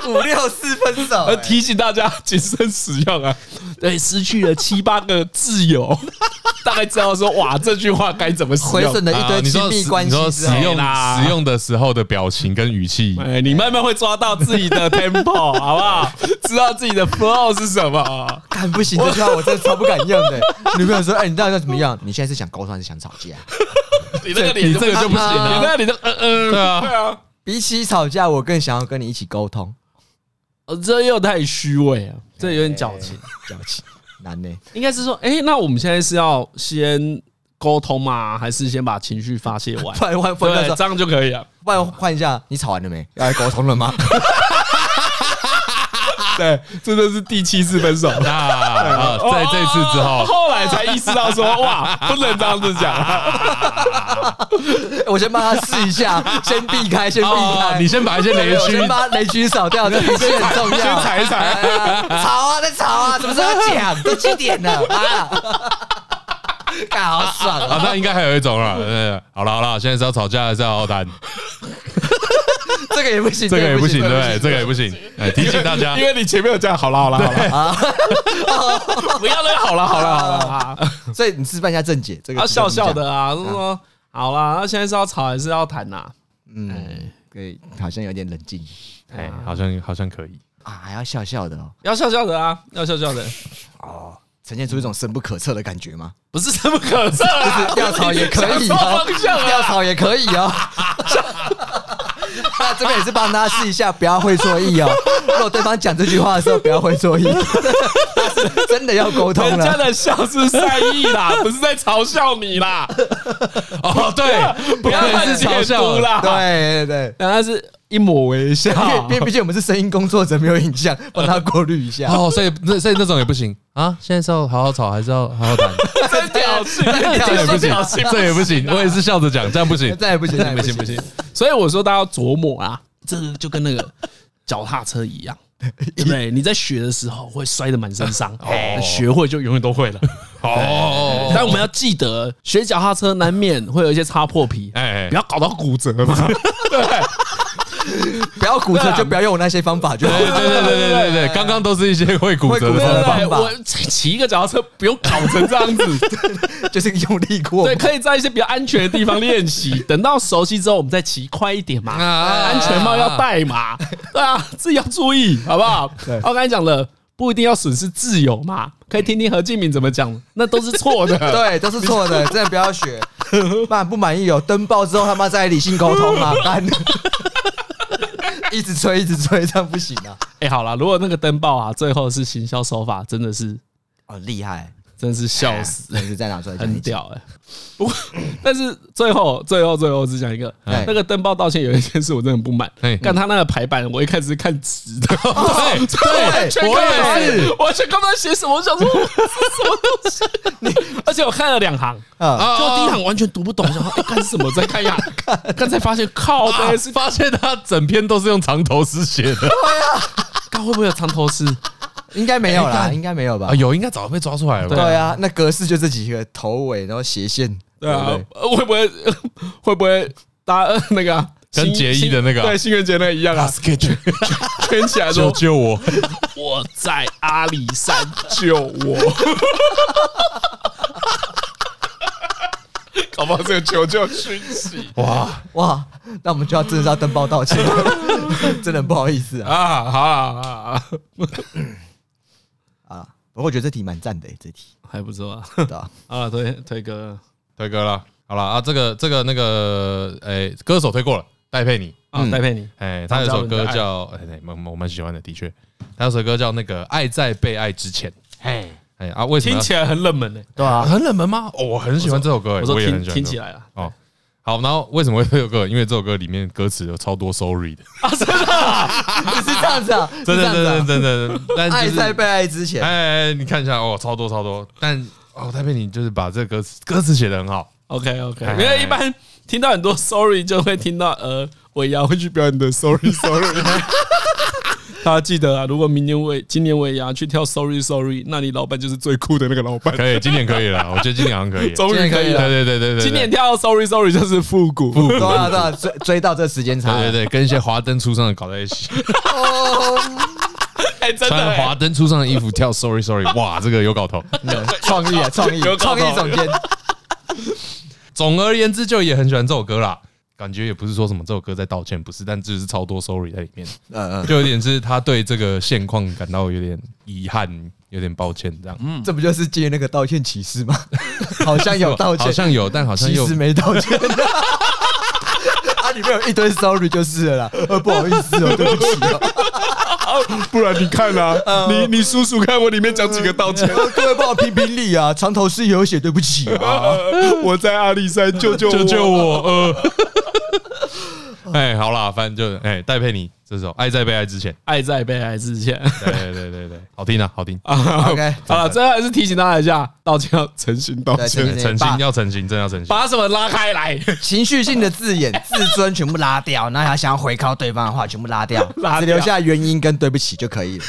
C: 五六四分手、哎
A: 呃，提醒大家谨慎使用啊！对，失去了七八个挚友， <laughs> 大概知道说哇，这句话该怎么使
C: 回
A: 用。
C: 损了一
B: 啊
C: 堆
B: 你
C: 亲
B: 说
C: 密
B: 使
C: 关
B: 你说
C: 系之
B: 使
C: 后，
B: 用
A: 啦
B: 使用的时候的表情跟语气，啊
A: 哎， <laughs> 你慢慢会抓到自己的 tempo，好不好？知道自己的 flow 是什么。
C: 干不行，这句话我真的超不敢用的。女朋友说：“哎，你到底要怎么样？你现在是想沟通还是想吵架？
A: 你那个脸，
B: 你这个就不行啊
A: 你那个脸就嗯嗯，
B: 对啊
A: 对啊，
C: 比起吵架，我更想要跟你一起沟通。
A: 哦，这又太虚伪了，这有点矫情。”
C: 矫情难呢、
A: 应该是说，哎、那我们现在是要先沟通吗？还是先把情绪发泄 <laughs> 完？
C: 不然换换
A: 对，
C: 换
A: 这样就可以了。
C: 不然换一下，你吵完了没？要来沟通了吗？ <laughs>
A: 对，这就是第七次 <laughs> 分手。
B: 那啊，在这次之
A: 哦
B: 后，
A: <laughs> 后来才意识到说，哇，不能这样子讲 <laughs> 啊。
C: 我先帮他试一下，先避开，先避
B: 哦
C: 开。
B: 你先把一些雷
C: 对我
B: 区
C: 先把雷区扫掉，这一切很重要。
A: 先踩一踩
C: <laughs> 哎呀吵啊，在吵啊，什么时候讲？ <laughs> 都几点了啊？ <laughs> 干好爽啊！
B: 啊，那应该还有一种了。呃，好了好了，现在是要吵架还是要好谈？
C: 这个也不行，
B: 这个也不行，对不
C: 这个
B: 对？这个也不行。哎，提醒大家
A: 因，为你前面有这样，好了好了好 <laughs> 了，哦不要那个好了好了好了好 <laughs> 了，
C: 不行所以你示范一下正解，这个
A: 要笑笑，的啊，就说好啦，那现在是要吵还是要谈啊呐？
C: 嗯，可以，好像有点冷静
B: 哎，好像好像可以。
C: 啊，还要笑笑的哦，
A: 要笑笑的啊，要笑笑的，
C: 呈现出一种深不可测的感觉吗？
A: 不是这么可测啊。 <laughs>
C: 要吵也可以
A: 讲错
C: 哦
A: 方向，啊了
C: 要吵也可以 <laughs> 哦。那这边也是帮大家试一下，不要会错意哦。如果对方讲这句话的时候，不要会错 <laughs> 意，是真的要沟通
A: 人家
C: 了。
A: 的笑是善意啦，不是在嘲笑你啦。
B: <laughs> 哦，
A: <laughs>
B: 对，
A: 不要乱解读啦。，
C: 对对对，
A: 然后是一抹微 <laughs> 笑，
C: 因为毕毕竟我们是声音工作者，没有影像，帮他过滤一下。
B: 哦，所以那所以那种也不行啊。现在是要好好吵还是要好好谈？
A: 真挑
C: <laughs>
A: 衅，
B: 这也
A: 真
B: 不行
A: 挑衅，，
B: 这也不行。我也是笑着讲，这样不
C: <laughs>
B: 行。
C: 再也不行，再也
B: 不
C: 不
B: 行
C: 行
B: 不行，
A: 所以我说大家要琢磨啊，这个就跟那个脚踏车一 <laughs> 样。对不对？你在学的时候会摔得满身伤，学会就永远都会了。
B: 哦，
A: 但我们要记得，学脚踏车难免会有一些擦破皮，
B: 哎
A: 不，要搞到骨折嘛。
C: 不要骨折，就不要用我那些方法，就好
B: 对对对对对对对，刚刚都是一些会骨折的
C: 会骨折
B: 方
C: 的
B: 法。
A: <laughs> 对，
C: 方法
A: 我骑一个脚踏车不用搞成这样子，
C: 就是用力过
A: 对，。可以在一些比较安全的地方练习。等到熟悉之后，我们再骑快一点嘛，
B: 啊
A: 安全帽要戴嘛，对啊，自己要注意，好不好？我刚才讲了，不一定要损失自由嘛，可以听听何敬明怎么讲，那都是错
C: <laughs>
A: 的。
C: 对，都是错的，真的不要学。满不满意哦？登报之后他妈再理性沟通啊！干，一直吹一直吹，这样不行啊！
A: 哎，好了，如果那个登报啊，最后是行销手法，真的是
C: 哦，厉害，
A: 真是笑哎死，
C: 真是再拿出来讲一
A: 很
C: 次。
A: 屌哎、不过， <laughs> 但是最后最后最后只讲一个，
C: 哎
A: 那个登报道歉有一件事我真的很不满
B: 哎，哦
A: 看他那个排版，我一开始是看直的。 <laughs>
B: 对
A: 完全
B: 对，
A: 看不
B: 我也是
A: 懂，完全看不懂写什么，我想说这是什么东
B: <laughs>
A: 西。你而且我看了两行，
C: 啊！
B: 啊。
A: 就第一行完全读不懂，想说哎干什么？再看一下，刚才发现靠
B: 啊
A: 背是
B: 发现他整篇都是用长头诗写的
A: 看会不会有藏头诗？
C: 应该没有啦，应该没有吧
B: 啊，？有应该早就被抓出来了吧。
C: 对啊，那格式就这几个头尾，然后斜线，
A: 对
C: 对不
A: 啊
C: 对？，
A: 呃会不会会不会搭呃那个啊
B: 跟
A: 新
B: 杰一的那个啊
A: 新对新元节那个一样啊？
B: ，sketch
A: 圈起来
B: 救
A: 说
B: 救 <laughs> 我！
A: 我在阿里山救 <laughs> 我。搞不好这个求救讯息
B: 哇
C: 哇，那我们就要真的是要登报道 <laughs> 歉，真的很不好意思啊
A: 啊！好啊好啊好啊，
C: 啊！不过我觉得这题蛮赞的，这题
A: 还不错啊。
C: <laughs> 对吧？
A: 啊，推推哥，
B: 推歌了，好了啊，这个这个那个，哎，歌手推过了，戴佩妮，
A: 啊，戴佩妮，
B: 哎，他有首歌叫，哎，对我我蛮喜欢的，的确，他有首歌叫那个《爱在被爱之前》，
A: 哎，
B: 哎啊，为什么
A: 听
B: 要
A: 起来很冷门呢。欸
C: 对啊，
B: 很冷门吗？哦，我很喜欢这首歌，哎
A: 我说
B: 也
A: 听
B: 很喜欢
A: 听
B: 这
A: 起
B: 首歌。
A: 来啊了，
B: 哦，好，然后为什么会这首歌？因为这首歌里面歌词有超多 sorry <laughs> 的，
C: <laughs>
A: 啊 <laughs>
C: 是这样子啊，是
B: 真
C: 这
B: 的真的真的
C: 样子啊。
B: 真的，但 <laughs>
C: 爱
B: 就是
C: 在被爱之前，
B: 哎，哎你看一下哦，超多超多，但哦，戴佩妮就是把这歌词歌词写的很好，
A: OK OK，
B: 哎
A: 因为一般听到很多 Sorry 就会听到呃，我也要会去表演的 Sorry Sorry。大家记得啊，如果明年我也今年我也要去跳 Sorry Sorry，那你老板就是最酷的那个老板。
B: 可以，今年可以
A: <laughs>
B: 了，我觉得今年好像可以了，
A: 终于可以
B: 对
A: 了，
B: 对对对对，
A: 今年跳 Sorry Sorry 就是复古，复
C: 对啊对啊，追追到这时间差，
B: 对对对，跟一些华灯初上的搞在一
A: <laughs>
B: 起，
A: <laughs> 哎，真的
B: 穿华
A: 欸，
B: 灯初上的衣服跳
A: <laughs>
B: sorry sorry，哇，这个有搞头。
C: 嗯创
B: <laughs>
C: 意啊，创意
A: 有，搞头
C: 创意总监，
B: 总而言之，就也很喜欢这首歌啦。感觉也不是说什么这首歌在道歉，不是，但就
A: <laughs>
B: 是超多 sorry 在里面，
C: 嗯嗯，
B: 就有点是他对这个现况感到有点遗憾有点抱歉这样。
A: 嗯
C: 这不就是借那个道歉启事吗？ <laughs> 好像有道歉
B: 好，像有，但好像
C: <laughs> 其
B: 又
C: 实没道歉。 <laughs> 啊，里面有一堆 sorry 就是了啦，呃，不好意思哦，对不起哦，
A: 不然你看啊，你你数数看，我里面讲几个道 <laughs> 歉。
C: 呃 <laughs> 各位帮我评评理啊，长头是有写对不起 <laughs> 啊，
A: 我在阿里山，救救
B: 救救！
A: <laughs>
B: 我！呃， <laughs> 哎，好啦，反正就是哎，戴佩妮这首《爱在被爱之前》，
A: 爱在被爱之前
B: 对对对对对，好听啊，好听，
C: OK
A: 好了，最后还是提醒大家一下，道歉要诚心道
C: 对
A: 歉，
C: 诚
B: 对
C: 心
B: 哎诚
C: 把
B: 心要诚心，真的要诚心。
A: <laughs> 把什么拉开来，
C: 情绪性的字眼、自尊全部拉掉，那还想要回靠对方的话全部拉掉，只留下原因跟对不起就可以了。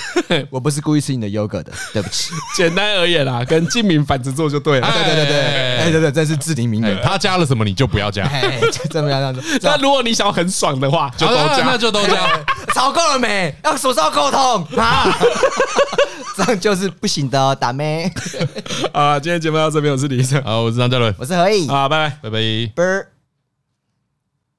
C: 我不是故意吃你的 yogurt 的，对不起。
A: 简单而言啦，跟静敏反着做就对了。
C: 对对对对，哎对对，这是自定名
B: 哎，
C: 言。
B: 他加了什么你就不要加，
C: 哎，就这么样这样子，
A: 那如果你想要很爽的话，就
B: 好
A: 都
B: 那
A: 加
B: 那。就都
A: <laughs>
B: 加。
C: 吵够了没？要什么时候沟通啊？这样就是不行的哦，打妹。
A: 啊，今天节目到这边，我是李医生，
B: 好，我是张嘉伦，
C: 我是何以，
A: 啊，拜拜。
B: 拜拜。
C: 啵儿